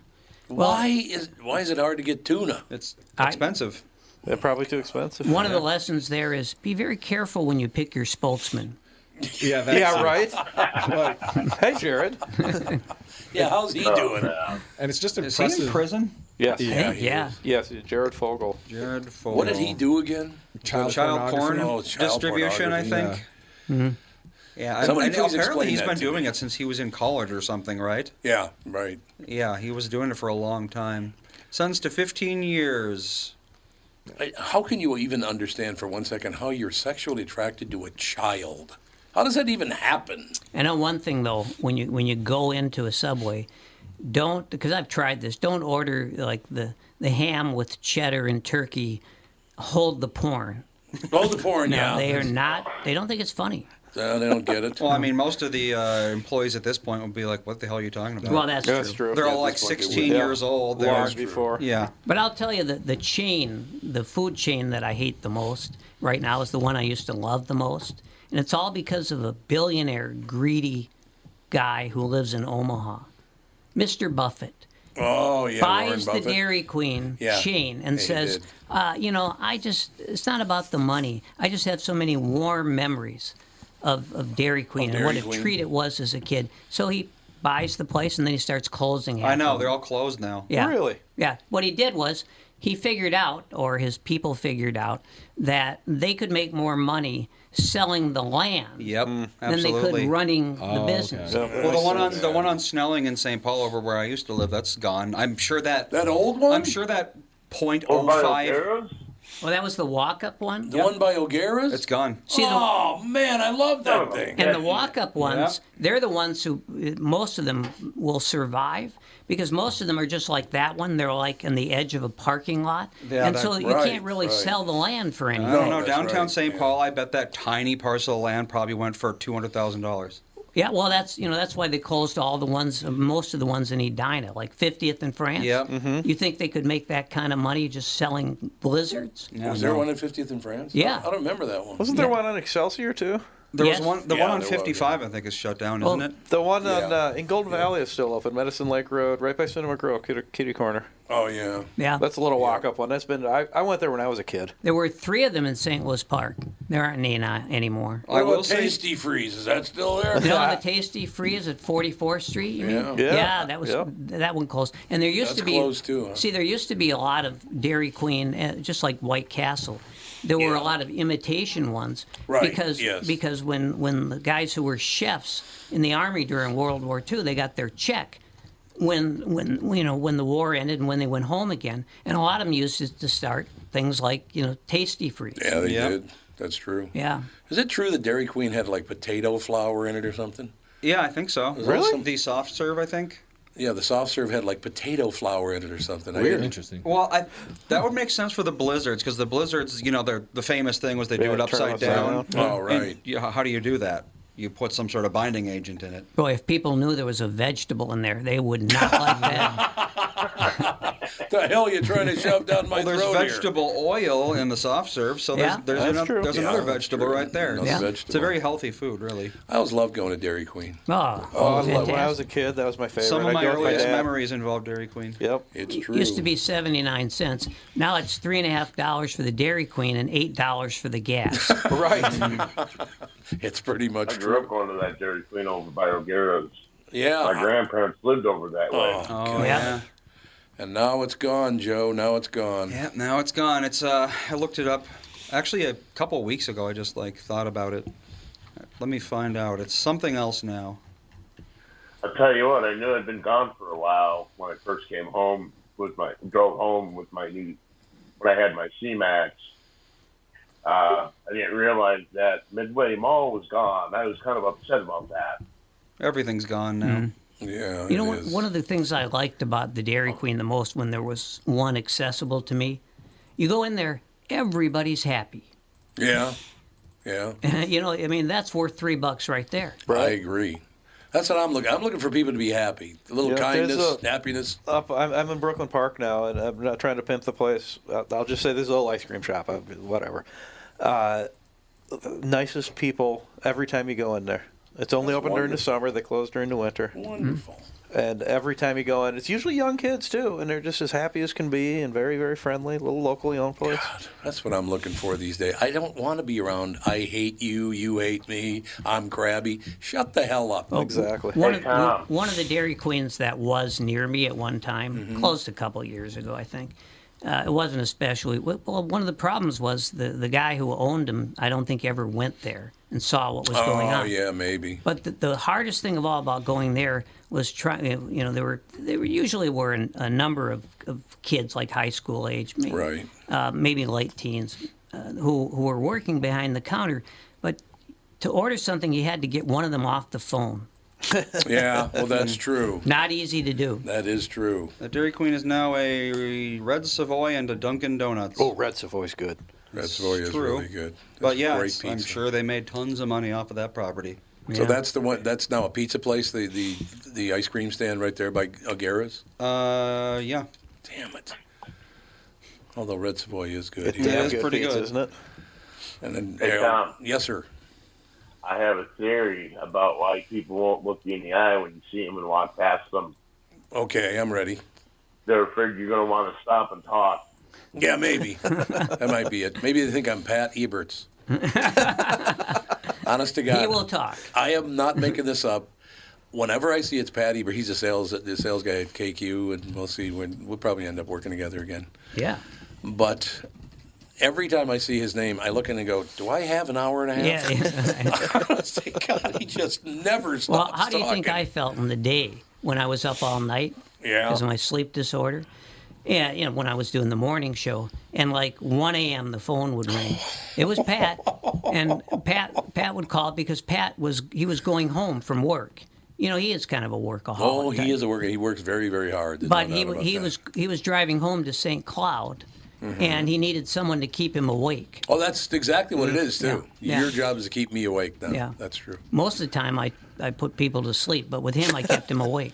B: Well,
A: Why is why is it hard to get tuna?
E: It's
B: I-
E: expensive.
C: They're probably too expensive.
B: One of the lessons there is be very careful when you pick your spokesman.
D: Yeah,
C: that's Yeah, it. right? hey, Jared.
A: yeah, Oh. how's he doing?
D: And it's just
C: Is he in
D: impressive.
C: prison? Yes.
D: Yeah, he Yeah. is.
C: Yes, Jared Fogel.
E: Jared Fogel.
A: What did he do again?
D: Child
E: Child porn
A: Oh, child
E: distribution, I
A: pornography.
E: think.
B: Mm-hmm.
E: Yeah,
A: Somebody
E: and,
A: please
E: apparently
A: explain
E: he's
A: that
E: been
A: to me.
E: doing it since he was in college or something, right?
A: Yeah, right.
E: Yeah, he was doing it for a long time. Sons to 15 years.
A: I- How can you even understand for one second how you're sexually attracted to a child? How does that even happen?
B: I know one thing though, when you when you go into a subway, don't because I've tried this. Don't order like the the ham with cheddar and turkey. Hold the porn.
A: Hold the porn.
B: No,
E: yeah.
B: they are not. They don't think it's funny.
A: Uh, they don't get it.
E: Well,
B: Oh.
E: I mean, most of the uh, employees at this point would be like, "What the hell are you talking about?"
B: Well, that's Yeah, that's true. true.
E: They're
B: Yeah,
E: all
B: at
E: like
B: this point they would.
E: 16
B: Yeah.
E: years old.
B: Long
E: They're-
B: before.
E: Yeah.
B: But I'll tell you that the chain, the food chain that I hate the most right now is the one I used to love the most. And it's all because of a billionaire, greedy guy who lives in Omaha, Mr. Buffett.
A: Oh yeah, Warren
B: buys the
A: Buffett.
B: Dairy Queen
A: Yeah.
B: chain and
A: Yeah, he
B: says,
A: did.
B: uh, you know, I just, it's not about the money. I just have so many warm memories of, of Dairy Queen and
E: Dairy
B: what
E: Queen.
B: a treat it was as a kid. So he buys the place and then he starts closing it.
E: I know they're all closed now.
B: Yeah. Yeah. What he did was he figured out, or his people figured out, that they could make more money selling the land
E: Yep.
B: than they
E: absolutely.
B: could running the business.
E: Well, the one on the one on Snelling in St. Paul, over where I used to live, that's gone. I'm sure that
A: that old one.
E: I'm sure that point
B: Over by
E: oh five.
B: Well, that was the walk-up one.
A: The one by O'Gara's?
E: It's gone.
B: See, the-
A: oh man, I love
E: Oh.
A: that thing.
B: And the walk-up ones,
A: Yeah.
B: they're the ones who most of them will survive because most of them are just like that one. They're like on the edge of a parking lot,
E: Yeah,
B: and
E: that-
B: so you
E: right,
B: can't really
E: right.
B: sell the land for
E: I
B: anything.
E: don't know. Downtown St. Paul, I bet that tiny parcel of land probably went for two hundred thousand dollars.
B: Yeah, well, that's you know that's why they closed all the ones, most of the ones in Edina, like 50th in France.
E: Yeah.
B: You think they could make that kind of money just selling blizzards?
A: was there one at 50th in France?
B: Yeah.
A: I don't remember that one.
C: Wasn't there one on Excelsior too?
E: There was one. The
C: Yeah,
E: one on
C: there was,
E: 55, I think, is shut down,
C: Well,
E: isn't it?
C: The one on
E: Yeah.
C: uh, in Golden Valley is still open. Medicine Lake Road, right by Cinema Grove, kitty, kitty corner.
A: Oh yeah.
B: Yeah.
C: That's a little walk up one. That's been I, I went there when I was a kid.
B: There were three of them in St. Louis Park. There aren't any now- anymore.
A: What about Tasty Freeze? Is that still there?
B: You know the Tasty Freeze at 44th Street. You
A: Yeah.
B: mean?
A: Yeah.
B: that was
A: Yeah.
B: that one closed. And there used
A: That's
B: to be
A: closed too, huh?
B: See, there used to be a lot of Dairy Queen, uh, just like White Castle. There were a lot of imitation ones
A: Right,
B: because
A: yes.
B: because when when the guys who were chefs in the army during World War II, they got their check when when you know when the war ended and when they went home again. And a lot of them used it to start things like you know Tasty Freeze.
A: Yeah, they did. That's true.
B: Yeah.
A: Is it true that Dairy Queen had like potato flour in it or something?
E: Yeah, I think so.
A: Really?
E: The soft serve, I think.
A: Yeah, the soft serve had like potato flour in it or something. I didn't-
E: Well, I, that would make sense for the blizzards because the blizzards, you know, they're, the famous thing was they
A: Yeah,
E: do it
A: turn
E: upside,
A: upside
E: down.
A: down. Oh,
E: And
A: right.
E: you- how do you do that? You put some sort of binding agent in it.
B: Boy, if people knew there was a vegetable in there, they would not like that.
A: the hell you trying to shove down my
E: well, there's
A: throat here?
E: vegetable oil in the soft serve, so
A: Yeah.
E: there's there's,
A: That's
E: another,
A: true.
E: there's
A: Yeah,
E: another
A: that's
E: vegetable
A: true.
E: right there.
A: Another Yeah. vegetable.
E: It's a very healthy food, really.
A: I always loved going to Dairy Queen.
B: Oh,
E: Oh, I
C: I love- when I was a
E: fantastic.
C: kid, that was my favorite.
E: Some of
C: I'd
E: my
C: go with
E: earliest
C: dad.
E: memories involved Dairy Queen.
C: Yep,
A: it's
B: Used to be seventy nine cents. Now it's three and a half dollars for the Dairy Queen and eight dollars for the gas.
E: right.
A: it's pretty much
I: I grew up going to that Dairy Queen over by O'Gara's.
A: Yeah.
I: My grandparents lived over that way.
A: Oh, God. And now it's gone, Joe. Now it's gone.
E: Yeah, now it's gone. It's uh, I looked it up, actually a couple weeks ago. I just like thought about it. Let me find out. It's something else now.
I: I'll tell you what, I knew I'd been gone for a while when I first came home with my drove home with my new when I had my CMAX. Uh, I didn't realize that Midway Mall was gone. I was kind of upset about that.
E: Everything's gone now.
A: Yeah.
B: You know, one, one of the things I liked about the Dairy Queen the most when there was one accessible to me, you go in there, everybody's happy.
A: Yeah. Yeah.
B: you know, I mean, that's worth three bucks right there.
A: I agree. That's what I'm looking. I'm looking for people to be happy. A little
C: Yeah, there's
A: kindness,
C: a-
A: happiness.
C: Up, I'm, I'm in Brooklyn Park now, and Mm-hmm. I'm not trying to pimp the place. I'll I'll just say this little ice cream shop, I- whatever. Uh, nicest people every time you go in there. It's only
A: That's
C: open during the summer. They close during the winter.
A: Wonderful.
C: And every time you go in, it's usually young kids too, and they're just as happy as can be, and very, very friendly. Little locally owned place.
A: That's what I'm looking for these days. I don't want to be around. I hate you. You hate me. I'm crabby. Shut the hell up.
E: Oh,
C: exactly.
B: One, of, one, one of the Dairy Queens that was near me at one time
A: Mm-hmm.
B: closed a couple years ago, I think. Uh, it wasn't especially well. well, One of the problems was the the guy who owned them. I don't think ever went there and saw what was
A: oh
B: going on.
A: yeah, maybe.
B: But the, the hardest thing of all about going there was trying. You know, there were there were usually were an, a number of, of kids like high school age, maybe,
A: Right.
B: uh, maybe late teens, uh, who who were working behind the counter. But to order something, you had to get one of them off the phone.
A: Yeah. Well, that's true.
B: Not easy to do.
A: That is true.
E: The Dairy Queen is now a Red Savoy and a Dunkin' Donuts.
C: Oh, Red Savoy's good.
A: Red Savoy is
E: True.
A: really good.
E: but yeah,
A: great
E: it's- I'm
A: pizza.
E: sure they made tons of money off of that property.
A: So that's the one. That's now a pizza place. The the the ice cream stand right there by Algaras.
E: Uh, yeah.
A: Damn it. Although Red Savoy is good.
C: It
A: yeah.
C: is
E: that's pretty
C: pizza,
E: good.
C: isn't it?
A: And then
I: Hey,
A: yeah,
I: Tom.
A: yes, sir.
I: I have a theory about why people won't look you in the eye when you see them and walk past them.
A: Okay, I'm ready.
I: They're afraid you're going to want to stop and talk.
A: Yeah, maybe that might be it. Maybe they think I'm Pat Eberts. Honest to
B: He
A: God,
B: will talk.
A: I am not making this up. Whenever I see it's Pat Ebert, he's a sales the sales guy at KQ, and we'll see when we'll probably end up working together again.
B: Yeah.
A: But every time I see his name, I look in and go, "Do I have an hour and a half?"
B: Yeah. yeah.
A: Honest to God, he just never stops
B: well, how do you think
A: talking.
B: I felt on the day when I was up all night?
A: Yeah.
B: because of my sleep disorder. Yeah, you know, when I was doing the morning show, and like 1 a.m. the phone would ring. It was Pat, and Pat Pat would call because Pat was he was going home from work. You know, he is kind of a workaholic.
A: Oh,
B: type.
A: he is a worker. He works very, very hard. There's
B: But
A: no
B: he
A: doubt
B: wa-
A: about
B: he
A: that. Mm-hmm.
B: was he was driving home to St. Cloud, and he needed someone to keep him awake.
A: Oh, that's exactly what it is too.
B: Mm, Yeah.
A: Your job is to keep me awake. Now.
B: Yeah.
A: that's true.
B: Most of the time, I I put people to sleep, but with him, I kept him awake.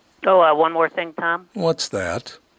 J: Oh, uh, one more thing, Tom.
A: What's that?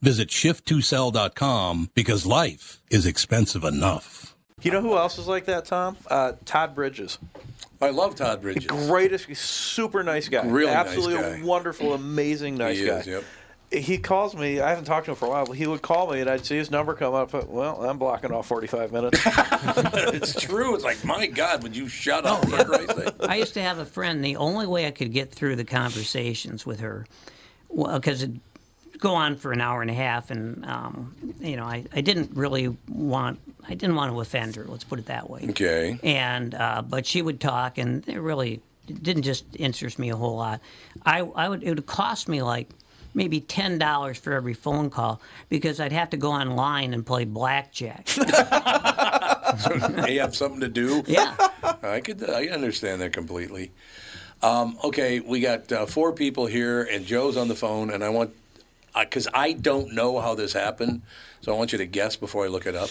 K: Visit shift2sell.com because life is expensive enough.
C: You know who else is like that, Tom? Uh, Todd Bridges.
A: I love Todd Bridges.
C: Greatest, super nice guy.
A: Really nice
C: Absolutely
A: guy.
C: wonderful, amazing nice
A: He
C: guy.
A: is, yep.
C: He calls me. I haven't talked to him for a while, but he would call me, and I'd see his number come up. But, well, I'm blocking all 45 minutes.
A: it's true. It's like, my God, would you shut up for Christ's sake?
B: I used to have a friend. The only way I could get through the conversations with her, because it'd go on for an hour and a half, and um, you know, I, I didn't really want I didn't want to offend her. Let's put it that way.
A: Okay.
B: And uh, but she would talk, and it really didn't just interest me a whole lot. I I would it would cost me like maybe ten dollars for every phone call because I'd have to go online and play blackjack.
A: may have something to do.
B: Yeah,
A: I could. I understand that completely. Um, okay, we got uh, four people here, and Joe's on the phone, and I want because I don't know how this happened, so I want you to guess before I look it up.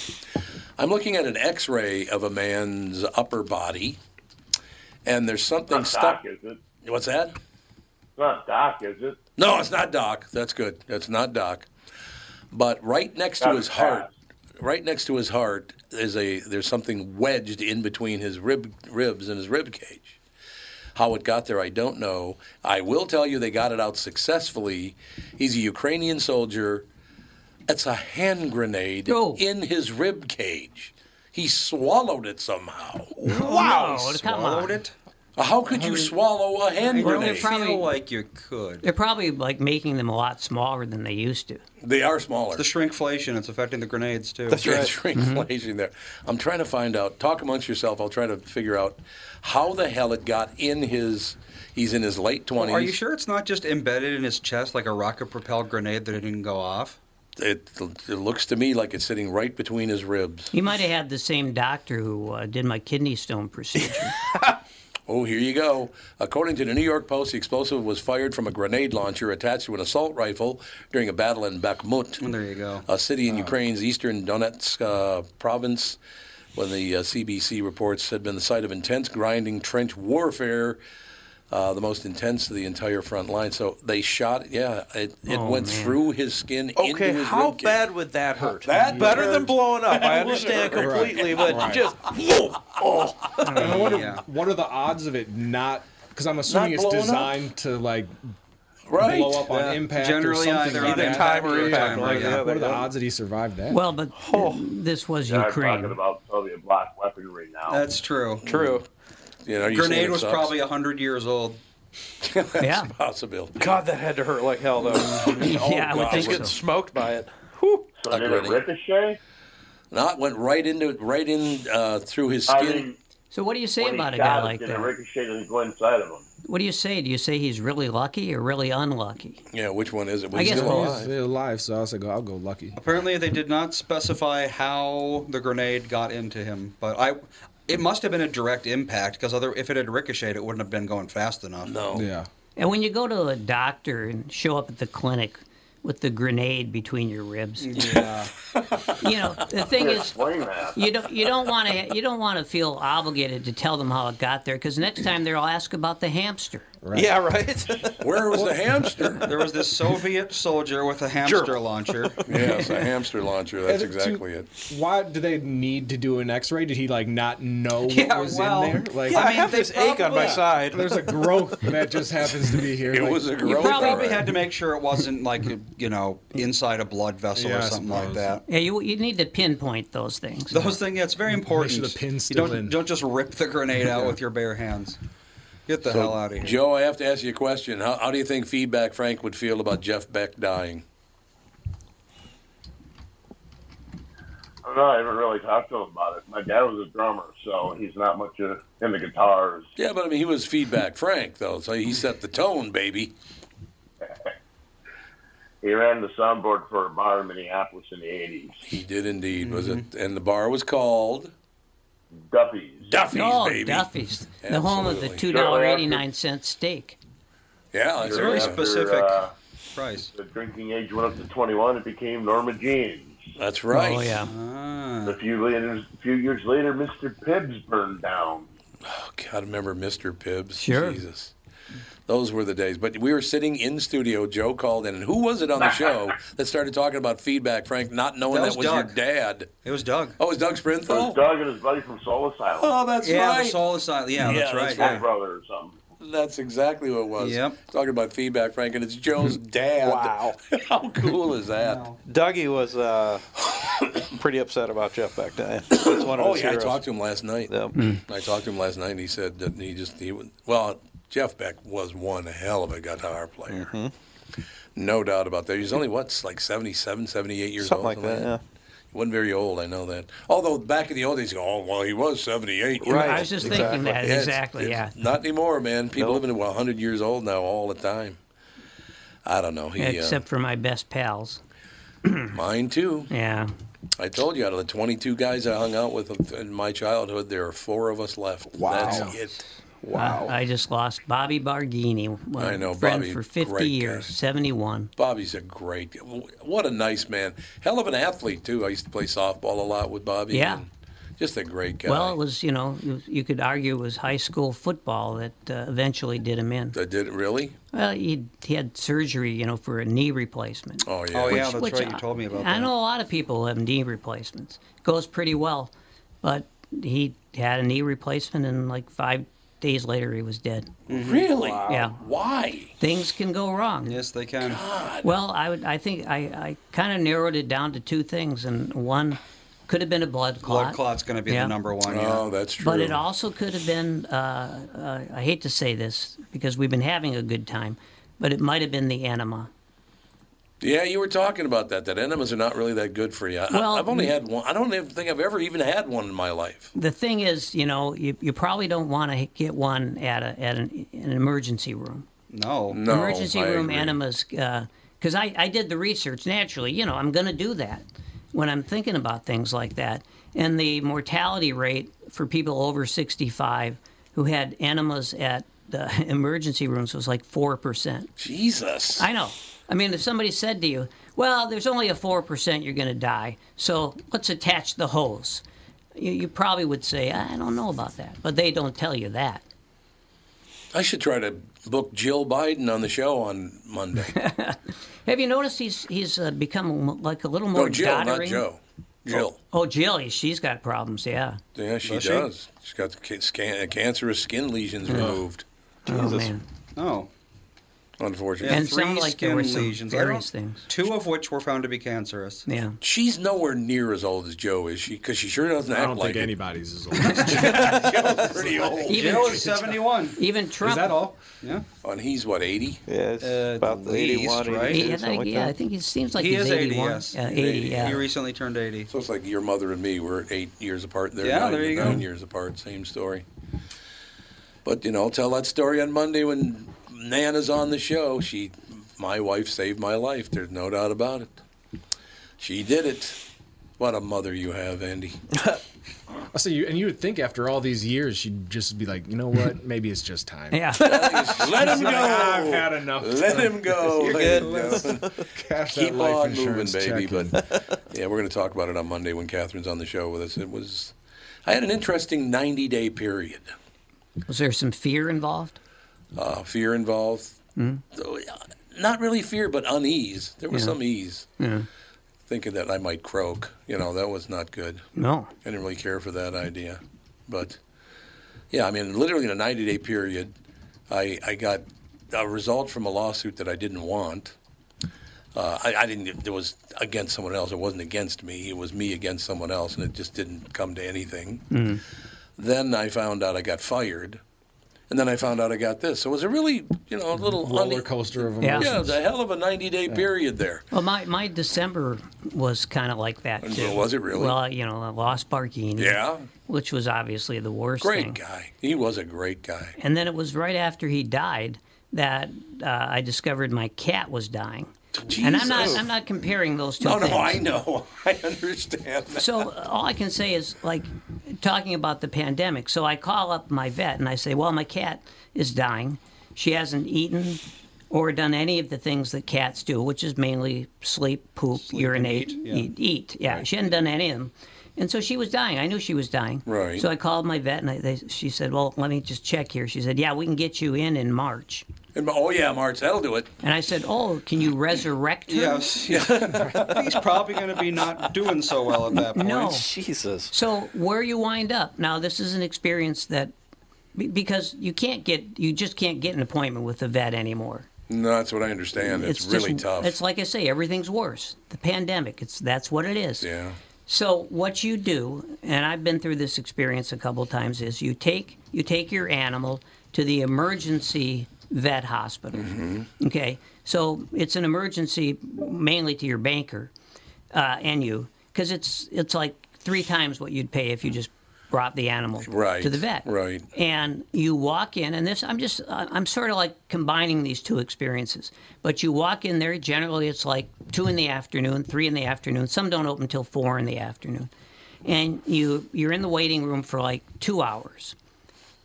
A: I'm looking at an X-ray of a man's upper body, and there's something
I: Not
A: stuck.
I: Doc, is it?
A: What's that?
I: It's not Doc, is it?
A: No, it's not Doc. That's good. That's not Doc. But right next to
I: That's
A: his heart, right next to his heart is a there's something wedged in between his rib ribs and his rib cage. How it got there, I don't know. I will tell you they got it out successfully. He's a Ukrainian soldier. It's a hand grenade in his rib cage. He swallowed it somehow.
E: Wow,
B: Oh,
E: no, he come on. swallowed it?
A: How could you swallow a hand
B: Well,
A: grenade?
B: they're probably-
E: like you could.
B: they're probably like making them a lot smaller than they used to.
A: They are smaller.
E: It's the shrinkflation. It's affecting the grenades too.
A: That's right. Mm-hmm. Shrinkflation there. I'm trying to find out. Talk amongst yourself. I'll try to figure out how the hell it got in his. He's in his late 20s.
E: Are you sure it's not just embedded in his chest like a rocket-propelled grenade that it didn't go off?
A: It, it looks to me like it's sitting right between his ribs.
B: You might have had the same doctor who uh, did my kidney stone procedure.
A: Oh, here you go. According to the New York Post, the explosive was fired from a grenade launcher attached to an assault rifle during a battle in Bakhmut.
E: There you go.
A: a city
C: Uh-huh.
A: in Ukraine's eastern Donetsk uh, province, when the uh, CBC reports had been the site of intense grinding trench warfare, uh, the most intense of the entire front line. So they shot, yeah, it, it
C: Oh,
A: went
C: man.
A: through his skin.
C: Okay,
A: into his
C: how
A: rib cage.
C: bad would that hurt?
A: That
C: better
A: hurt.
C: than blowing up. I
A: That would
D: uh,
C: understand
A: hurt.
C: completely,
A: Right.
C: but
A: Right.
C: just
D: And I wonder what are the odds of it not? Because I'm assuming it's
C: blowing up?
D: designed to like
C: Right.
D: blow up on
C: Yeah.
D: impact
C: Generally
D: or something.
C: either
D: like
C: on
D: that.
C: time or impact,
D: Like,
C: right, yeah,
D: What are the
C: yeah.
D: odds that he survived that?
B: Well, but this was
I: You're Oh. talking about Soviet bloc weaponry now.
E: That's true.
C: True.
A: You know, you
E: grenade was probably hundred years old.
B: yeah,
A: possible.
C: God, that had to hurt like hell, though.
I: Oh,
A: Yeah, I would
C: God,
A: think
C: just getting
A: so.
C: smoked by it.
I: So
A: A
I: did it
A: grenade.
I: ricochet?
A: No, it went right into right in uh, through his
I: I
A: skin.
I: mean,
B: So what do you say
I: when he
B: about a
I: shot
B: guy
I: it,
B: like
I: did it
B: that?
I: ricochet and go inside of him?
B: What do you say? Do you say he's really lucky or really unlucky?
A: yeah, which one is it?
B: I guess
D: Well,
B: both.
D: he's still alive, so I was like, I'll go lucky.
E: Apparently, they did not specify how the grenade got into him, but I. It must have been a direct impact because other if it had ricocheted, it wouldn't have been going fast enough.
A: No.
D: Yeah.
B: And when you go to a doctor and show up at the clinic with the grenade between your ribs,
E: Yeah.
B: you know the thing is,
I: Explain that.
B: you don't you don't want to you don't want to feel obligated to tell them how it got there because next time they'll ask about the hamster.
C: Yeah, right.
A: Where was the hamster?
E: There was this Soviet soldier with a hamster launcher.
A: Yes, a hamster launcher. That's
D: And to-
A: exactly it.
D: Why do they need to do an X-ray? Did he like not know what
E: Yeah,
D: was
E: well,
D: in there? Like,
E: yeah, I
C: I
E: mean,
C: have
E: they
C: this ache on my
E: probably-
C: side.
D: there's a growth that just happens to be here.
A: It
D: Like,
A: was a
E: You
A: growth.
E: probably
A: horror.
E: had to make sure it wasn't like you know inside a blood vessel
D: Yeah, I
E: or something like
D: suppose.
E: that.
B: Yeah, you you need to pinpoint those things.
E: Those things, yeah, it's very important.
D: the pin
E: you
D: still
E: don't
D: in.
E: don't just rip the grenade out with your bare hands. Get the hell out of here.
A: Joe, I have to ask you a question. How, how do you think feedback Frank would feel about Jeff Beck dying?
I: I don't know. I haven't really talked to him about it. My dad was a drummer, so he's not much uh, into guitars.
A: Yeah, but I mean, he was feedback Frank, though, so he set the tone, baby.
I: He ran the soundboard for a bar in Minneapolis in the 80s.
A: He did indeed. Was it? And the bar was called
I: Duffy's.
A: Duffy's,
B: oh,
A: baby.
B: Duffy's, the home of the
A: Absolutely.
B: two dollar eighty nine cent steak.
A: Yeah, that's
I: Sure,
A: right.
I: after, uh, The drinking age went up to 21. It became Norma Jean.
A: That's right.
I: Oh, yeah. A few, later, a few years later, Mr. Pibbs burned down.
A: Oh, God, I remember Mr. Pibbs.
I: Sure.
A: Jesus. Those were the days. But we were sitting in studio. Joe called in. And who was it on the show that started talking about feedback, Frank, not knowing
I: That
A: that was,
I: was Doug.
A: your dad?
E: It was Doug.
A: Oh, it was Doug Sprinthal?
I: It was Doug and his buddy from Soul Asylum.
A: Oh, that's
E: yeah,
A: right.
E: The soul asylum. Yeah,
A: Yeah,
E: that's right.
A: that's
E: yeah.
A: right.
I: brother or something.
A: That's exactly what it was.
I: Yep.
A: Talking about feedback, Frank, and it's Joe's dad.
C: Wow.
A: How cool is that?
C: Dougie was uh, pretty upset about Jeff back then. That's one of
A: oh,
C: his
A: yeah,
C: heroes.
A: I talked to him last night.
E: Mm-hmm.
C: Mm.
A: I talked to him last night, and he said that he just he would- well, Jeff Beck was one hell of a guitar player,
C: Mm-hmm.
A: no doubt about that. He's only what's like 77, 78 years
C: Something
A: old,
C: like that, yeah.
A: He wasn't very old, I know that. Although back in the old days, you go, oh well, he was seventy eight.
B: Right, I was just thinking that, exactly, yeah.
A: Not anymore, man. People living to hundred years old now all the time. I don't know. He, uh,
B: Except for my best pals.
A: Mine too.
B: Yeah.
A: I told you, out of the 22 guys I hung out with in my childhood, there are four of us left.
B: Wow.
A: That's it.
B: Wow. I just lost Bobby Barghini, my
A: I know,
B: friend
A: Bobby,
B: for 50
A: great guy.
B: years, 71.
A: Bobby's a great, what a nice man. Hell of an athlete, too. I used to play softball a lot with Bobby.
B: Yeah.
A: and Just a great guy.
B: Well, it was, you know, you could argue it was high school football that uh, eventually did him in.
A: I did it really?
B: Well, he, he had surgery, you know, for a knee replacement.
A: Oh,
E: yeah. Oh, yeah, that's right, you told me about
B: I, I
E: that.
B: know a lot of people who have knee replacements. Goes pretty well, but he had a knee replacement, and like five days later, he was dead.
A: Really?
B: Yeah.
A: Why?
B: Things can go wrong.
E: Yes, they can.
B: Well, I would. I think I, I kind of narrowed it down to two things, and one could have been a blood clot.
E: Blood clot's going to be
B: Yeah.
E: the number one.
A: Oh,
E: yeah.
A: that's true.
B: But it also could have been, uh, uh, I hate to say this because we've been having a good time, but it might have been the enema.
A: Yeah, you were talking about that, that enemas are not really that good for you. I,
B: Well,
A: I've only
B: we-
A: had one. I don't even think I've ever even had one in my life.
B: The thing is, you know, you, you probably don't want to get one at, a, at an, an emergency room.
E: No.
A: No,
B: emergency
A: I
B: room
A: agree.
B: enemas, because I, I did the research naturally. You know, I'm going to do that when I'm thinking about things like that. And the mortality rate for people over 65 who had enemas at the emergency rooms was like 4%.
A: Jesus.
B: I know. I mean, if somebody said to you, well, there's only a 4% you're going to die, so let's attach the hose, you, you probably would say, I don't know about that. But they don't tell you that.
A: I should try to book Jill Biden on the show on Monday.
B: Have you noticed he's he's uh, become like a little more
A: no, Jill,
B: doddering?
A: not Joe. Jill.
B: Oh, Jill, she's got problems. Yeah.
A: Yeah, she
B: Does
A: does.
B: she?
A: She? has got the ca- scan- uh, cancerous skin lesions removed.
B: Oh man.
E: Oh.
A: Unfortunately.
E: Yeah, three skin lesions. I
B: various
E: don't- Two of which were found to be cancerous.
B: Yeah.
A: She's nowhere near as old as Joe, is she? Because she sure doesn't
D: I
A: act
D: don't
A: like
D: think
A: it.
D: anybody's as old.
A: Joe's pretty old.
B: Even-
E: Joe is 71.
B: Even Trump.
E: that all? Yeah.
A: And he's, what, 80?
C: Yeah, it's
E: Uh,
C: about
E: the
C: the 81,
E: least, right?
C: 82,
E: Yeah, I
C: something like
B: yeah,
C: that.
B: I think he seems like
E: he
B: he's
E: is 80,
B: 81.
E: yes.
B: Yeah, 80, yeah.
E: He recently turned 80.
A: So it's like your mother and me. We're eight years apart. They're
E: Yeah,
A: nine,
E: there you go.
A: nine years apart. Same story. But, you know, tell that story on Monday when Nana's on the show. She, my wife saved my life. There's no doubt about it. She did it. What a mother you have, Andy.
D: I see you, and you would think after all these years, she'd just be like, you know what? Maybe it's just time.
B: Yeah.
A: Let him
D: She's
A: go.
D: like, I've had enough.
A: Let him go.
D: You're
A: Let him
D: good.
A: go.
D: Cash that
A: Keep
D: life
A: on moving,
D: insurance
A: baby.
D: check in.
A: But yeah, we're going to talk about it on Monday when Catherine's on the show with us. It was, I had an interesting 90 day period.
B: Was there some fear involved?
A: Uh, fear involved.
D: Hmm.
B: Mhm.
A: So, yeah, Not really fear, but unease. There was
B: Yeah.
A: some ease.
B: Yeah.
A: Thinking that I might croak. You know, that was not good.
B: No.
A: I didn't really care for that idea. But yeah, I mean, literally in a 90 day period, I, I got a result from a lawsuit that I didn't want. Uh, I, I didn't, it was against someone else. It wasn't against me. It was me against someone else, and it just didn't come to anything.
L: Mm.
A: Then I found out I got fired. And then I found out I got this. So it was a really, you know, a little
D: Roller coaster of
A: Yeah,
D: emotions.
A: it was a hell of a 90 day period there.
B: Well, my, my December was kind of like that
A: And
B: too.
A: was it really?
B: Well, you know, I lost Barkini.
A: Yeah.
B: Which was obviously the worst
A: Great
B: thing.
A: guy. He was a great guy.
B: And then it was right after he died that uh, I discovered my cat was dying. And I'm not
A: Jesus.
B: I'm not comparing those two.
A: Oh, No,
B: things.
A: no, I know. I understand that.
B: So uh, all I can say is like talking about the pandemic. So I call up my vet and I say, "Well, my cat is dying. She hasn't eaten or done any of the things that cats do, which is mainly sleep, poop, urinate, eat,
L: yeah.
B: eat." Yeah, she hadn't done any of them. And so she was dying. I knew she was dying.
L: Right.
B: So I called my vet and I, they, she said, "Well, let me just check here." She said, "Yeah, we can get you in in March."
A: And, oh yeah, March, that'll do it.
B: And I said, "Oh, can you resurrect her?"
E: Yes. He's probably going to be not doing so well at
A: Oh,
E: that point.
B: No.
E: Jesus.
B: So where you wind up now, this is an experience that be- because you can't get you just can't get an appointment with a vet anymore.
A: No, that's what I understand. It's, really
B: just,
A: tough.
B: It's like I say, everything's worse. The pandemic. It's that's what it is.
A: yeah.
B: So what you do, and I've been through this experience a couple times, is you take you take your animal to the emergency vet
A: Mm-hmm.
B: hospital. Okay, so it's an emergency mainly to your banker uh, and you, because it's it's like three times what you'd pay if you just brought the animal
A: Right.
B: to the vet.
A: Right.
B: And you walk in, and this I'm just I- I'm sort of like combining these two experiences. But you walk in there. Generally, it's like two in the afternoon, three in the afternoon. Some don't open till four in the afternoon, and you you're in the waiting room for like two hours.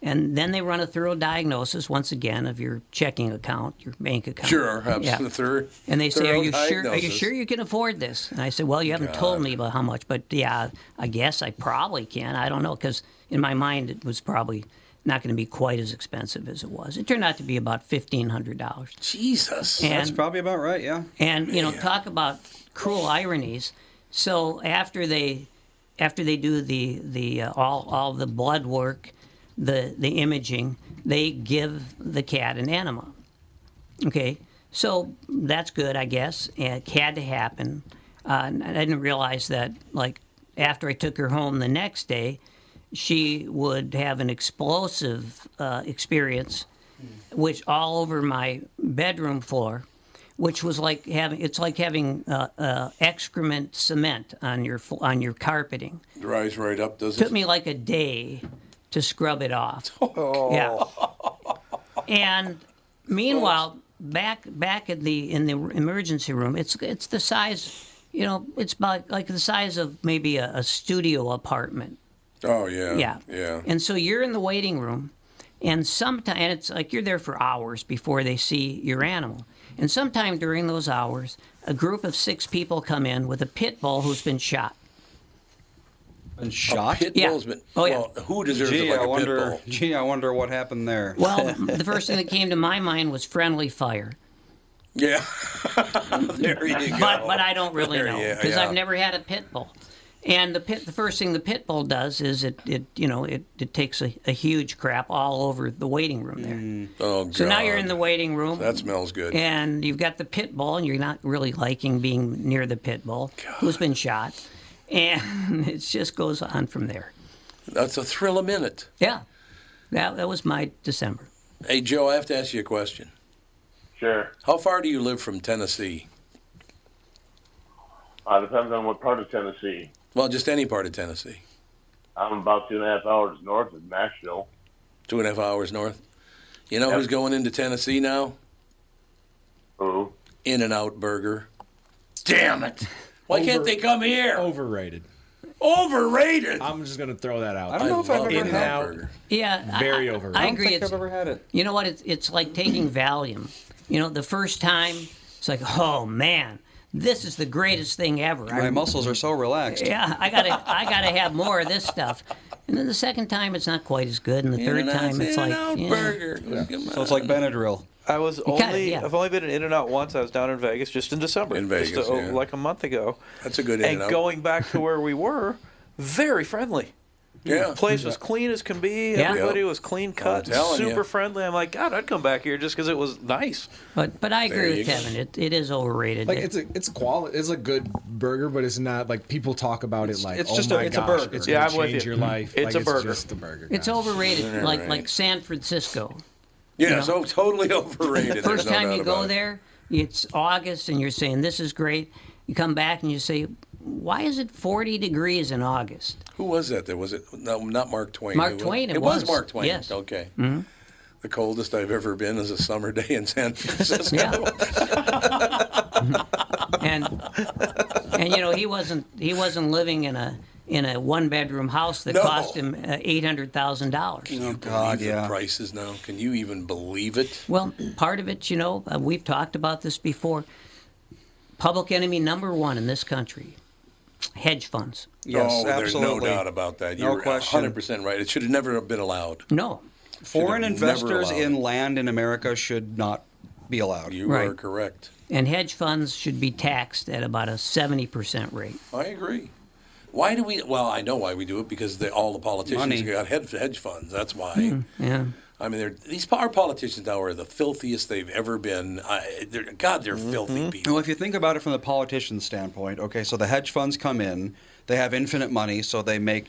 B: And then they run a thorough diagnosis once again of your checking account, your bank account.
A: Sure. Perhaps
B: Yeah.
A: the third.
B: And they say,
A: thorough
B: "Are you sure? Are you
A: diagnosis.
B: sure you can afford this?" And I said, "Well, you haven't told me about how much, but yeah, I guess I probably can. I don't know because in my mind it was probably not going to be quite as expensive as it was. It turned out to be about fifteen hundred dollars.
A: Jesus.
B: And
E: That's probably about right, yeah.
B: and you know, talk about cruel ironies. So after they, after they do the the uh, all all the blood work, the the imaging, they give the cat an enema. Okay, so that's good, I guess. It had to happen. Uh, and I didn't realize that. Like after I took her home the next day, she would have an explosive uh, experience, which all over my bedroom floor, which was like having it's like having uh, uh, excrement cement on your fl- on your carpeting.
A: Dries right up, doesn't
B: Took me like a day to scrub it off. Yeah. And meanwhile, back back in the in the emergency room, it's it's the size, you know, it's about like the size of maybe a, a studio apartment.
A: it? Oh yeah.
B: Yeah.
A: Yeah.
B: And so you're in the waiting room, and sometimes and it's like you're there for hours before they see your animal. And sometime during those hours, a group of six people come in with a pit bull who's been shot.
E: And shot?
A: pit
B: Yeah.
A: bull's been-
B: Oh, yeah.
A: well, who deserves
E: gee,
A: it like
E: I
A: a pit
E: wonder,
A: bull?
E: Gee, I wonder what happened there.
B: Well, the first thing that came to my mind was friendly fire.
A: Yeah. there you go.
B: But, but I don't really
A: There
B: know
A: you-
B: because
A: yeah.
B: I've never had a pit bull. And the pit, the first thing the pit bull does is it, it you know it, it takes a, a huge crap all over the waiting room there.
A: Oh god.
B: So now you're in the waiting room.
A: That smells good.
B: And you've got the pit bull, and you're not really liking being near the pit bull who's been shot, and it just goes on from there.
A: That's a thrill a minute.
B: Yeah, that that was my December.
A: Hey Joe, I have to ask you a question.
I: Sure.
A: How far do you live from Tennessee?
I: Uh, depends on what part of Tennessee.
A: Well, just any part of Tennessee.
I: I'm about two and a half hours north of Nashville.
A: Two and a half hours north. You know
I: Yep.
A: who's going into Tennessee now?
I: Who?
A: In and Out Burger. Damn it! Why can't they come here?
D: Overrated.
A: Overrated.
D: I'm just gonna throw that out.
E: I don't know if I've ever
D: In-N-Out
E: had-
D: burger.
B: Yeah,
D: Very
B: I,
D: overrated.
B: I,
D: I don't
B: agree.
D: think
B: it's,
D: I've ever had it.
B: You know what? It's, it's like taking Valium. You know, the first time, it's like, oh man, this is the greatest thing ever. I-
E: My muscles are so relaxed.
B: yeah, I gotta, I gotta have more of this stuff. And then the second time, it's not quite as good. And the third time, it's like, yeah.
E: So it's like Benadryl.
C: I was
B: kinda,
C: only
B: yeah.
C: I've only been in In and Out once. I was down in Vegas just in December.
A: In
C: just,
A: Vegas,
C: uh,
A: yeah.
C: like a month ago.
A: That's a good
C: And
A: In-N-Out.
C: going back to where we were, very friendly.
A: Yeah.
C: place was clean as can be.
B: Yeah.
C: Everybody was clean cut,
A: telling
C: super
A: you.
C: friendly. I'm like, God, I'd come back here just because it was nice.
B: But but I
C: There
B: agree
C: you
B: with
C: go.
B: Kevin. It, it is overrated.
D: Like
B: It-
D: it's a it's a quality it's a good burger, but it's not like people talk about it like
E: it's
D: oh
E: just a-
D: my
E: it's a
D: gosh,
E: burger.
D: It's
E: Yeah,
D: gonna
E: I'm with
D: change
E: you.
D: your life.
E: It's
D: Like,
E: a burger.
D: just a burger.
B: It's overrated,
A: Yeah,
B: like
A: right.
B: like San Francisco.
A: Yeah,
B: You know?
A: so totally overrated.
B: First
A: There's no
B: time
A: doubt
B: you go
A: about it.
B: there, it's August, and you're saying this is great. You come back and you say, why is it 40 degrees in August?
A: Who was that? There was it? No, not Mark Twain.
B: Mark
A: It was-
B: Twain, it
A: It was
B: was.
A: Mark Twain.
B: Yes.
A: Okay.
B: Mhm.
A: Oh, The coldest I've ever been is a summer day in San Francisco.
B: and and you know he wasn't he wasn't living in a in a one bedroom house that
A: No.
B: cost him uh, eight hundred thousand dollars.
A: Can you believe the prices now? Can you even believe it?
B: Well, part of it, you know, uh, we've talked about this before. Public enemy number one in this country, hedge funds.
A: oh, There's no doubt about that.
E: No
A: You're
E: question.
A: 100% right. It should have never have been allowed.
B: No.
E: Foreign
A: Should have never
E: investors
A: allowed
E: in land in America should not be allowed.
A: You
B: Right. are
A: correct.
B: And hedge funds should be taxed at about a seventy percent rate.
A: I agree. Why do we? Well, I know why we do it because they, all the politicians
B: Money.
A: got hedge, hedge funds. That's why.
B: Yeah.
A: I mean, they're, these our politicians now are the filthiest they've ever been. I, they're, God, they're filthy people.
E: Well, if you think about it from the politician's standpoint, okay, so the hedge funds come in, they have infinite money, so they make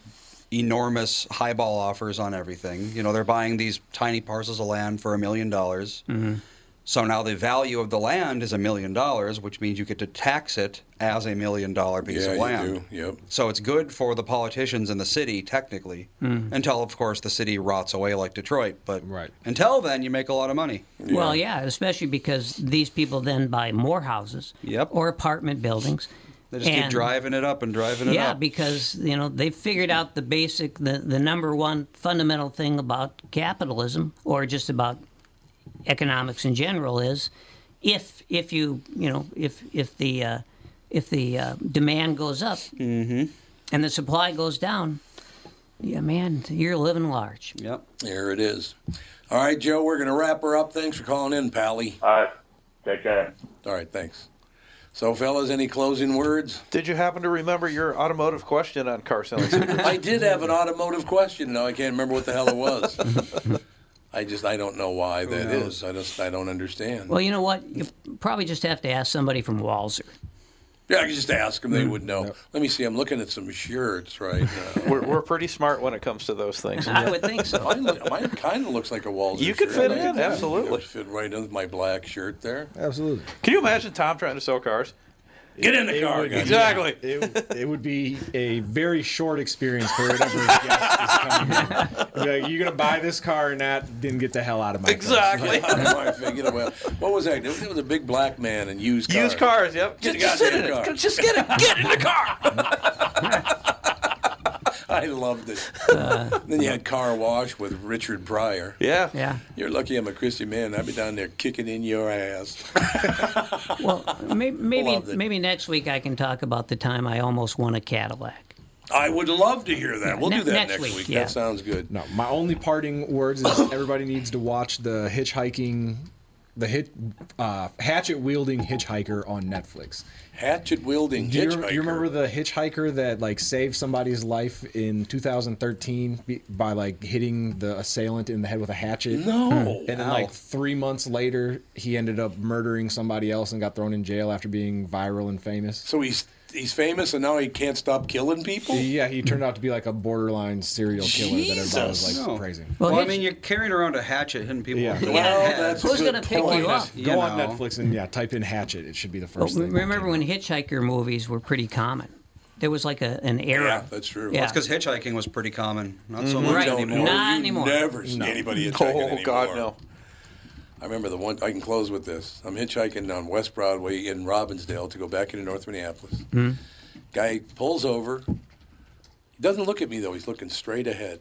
E: enormous highball offers on everything. You know, they're buying these tiny parcels of land for a million dollars.
A: Mm-hmm.
E: So now the value of the land is a million dollars, which means you get to tax it as a million dollar piece
A: Yeah,
E: of
A: you
E: land.
A: do, Yep.
E: So it's good for the politicians in the city, technically,
B: Mhm.
E: until, of course, the city rots away like Detroit. But until then, you make a lot of money.
B: Well, yeah, especially because these people then buy more houses or apartment buildings.
E: They just keep
B: And-
E: driving it up and driving it
B: yeah,
E: up.
B: because you know they figured out the basic, the, the number one fundamental thing about capitalism, or just about economics in general, is if if you you know if if the uh, if the uh, demand goes up and the supply goes down, yeah, man, you're living large.
E: Yep.
A: There it is. All right, Joe, we're going to wrap her up. Thanks for calling in, Pally. All
I: right. Take care.
A: All right, thanks. So, fellas, any closing words?
C: Did you happen to remember your automotive question on car selling? secrets?
A: I did have an automotive question. Now I can't remember what the hell it was. I just I don't know why that is.
B: knows?
A: I just I don't understand.
B: Well, you know what? You probably just have to ask somebody from Walzer.
A: yeah, I could just ask them; they would know. Let me see. I'm looking at some shirts right now.
C: we're, we're pretty smart when it comes to those things.
B: think so.
A: Mine, look- mine kind of looks like a Walzer.
C: You could fit
A: shirt. I
C: in,
A: could
C: absolutely.
A: fit right in with my black shirt there.
D: Absolutely.
C: Can you imagine Tom trying to sell cars?
A: Get in the
D: It
A: car,
D: would-
A: guys.
C: Exactly.
D: It, it would be a very short experience for whatever guest is coming. in. Be like, You're gonna buy this car or not? Then get the hell out of my car."
A: My thing, you know, well, what was that? It was, it was a big black man and used cars.
C: Used cars, yep.
A: Get
C: Just- just
A: the
C: sit in
A: goddamn
C: it.
A: car.
C: Just get it. Get in the car.
A: I loved it.
D: Uh.
A: then you had car wash with Richard Pryor.
C: Yeah.
B: Yeah.
A: You're lucky I'm a Christian man. I'd be down there kicking in your ass.
B: Well, maybe
A: Loved
B: maybe,
A: it.
B: maybe next week I can talk about the time I almost won a Cadillac.
A: I would love to hear that. We'll
B: Ne-
A: do that
B: next
A: next,
B: week,
A: week.
B: yeah.
A: That sounds good.
D: No, my only parting words is everybody needs to watch the hitchhiking, the hit, uh, hatchet wielding hitchhiker on Netflix.
A: Hatchet wielding
D: Do you,
A: hitchhiker.
D: you remember the hitchhiker that like saved somebody's life in 2013 be- by like hitting the assailant in the head with a hatchet? Hmm.
A: No. Oh,
D: And then
A: Wow.
D: like three months later, he ended up murdering somebody else and got thrown in jail after being viral and famous.
A: So he's he's famous and now he can't stop killing people.
D: Yeah, he turned out to be like a borderline serial killer that everybody was
A: Jesus.
D: like
A: No.
D: praising.
E: Well, I
D: Hitch-
E: mean, you're carrying around a hatchet hitting people.
D: Oh. Yeah.
E: over the
D: Well,
E: head.
D: that's a Who's good gonna pick point. you up?
E: You
D: Go on
E: know.
D: Netflix and yeah, type in hatchet. It should be the
B: Well,
D: first thing.
B: remember when hitchhiker movies were pretty common? There was like a, an era.
E: Yeah,
A: that's true.
E: Well,
B: Yeah.
E: it's because hitchhiking was pretty common. Not so
B: Mhm.
E: much
B: Right.
E: anymore.
B: Not anymore.
A: Never seen anybody hitchhiking
E: Oh,
A: anymore.
E: God,
A: no. I remember the one. I can close with this. I'm hitchhiking on West Broadway in Robbinsdale to go back into North Minneapolis.
E: Hmm.
A: Guy pulls over. He doesn't look at me though. He's looking straight ahead.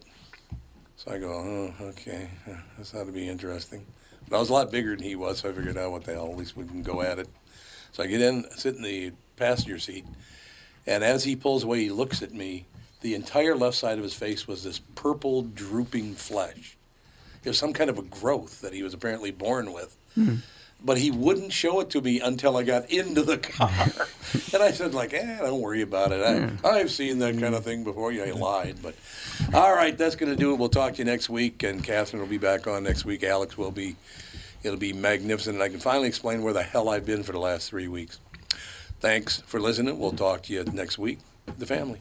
A: So I go, oh, okay, this ought to be interesting. But I was a lot bigger than he was, so I figured out what the hell. At least we can go at it. So I get in, sit in the passenger seat, and as he pulls away, he looks at me. The entire left side of his face was this purple, drooping flesh. It was some kind of a growth that he was apparently born with. But he wouldn't show it to me until I got into the car. and I said, like, eh, don't worry about it. I, I've seen that kind of thing before. Yeah, he lied. But all right, that's going to do it. We'll talk to you next week. And Catherine will be back on next week. Alex will be. It'll be magnificent. And I can finally explain where the hell I've been for the last three weeks. Thanks for listening. We'll talk to you next week. The family.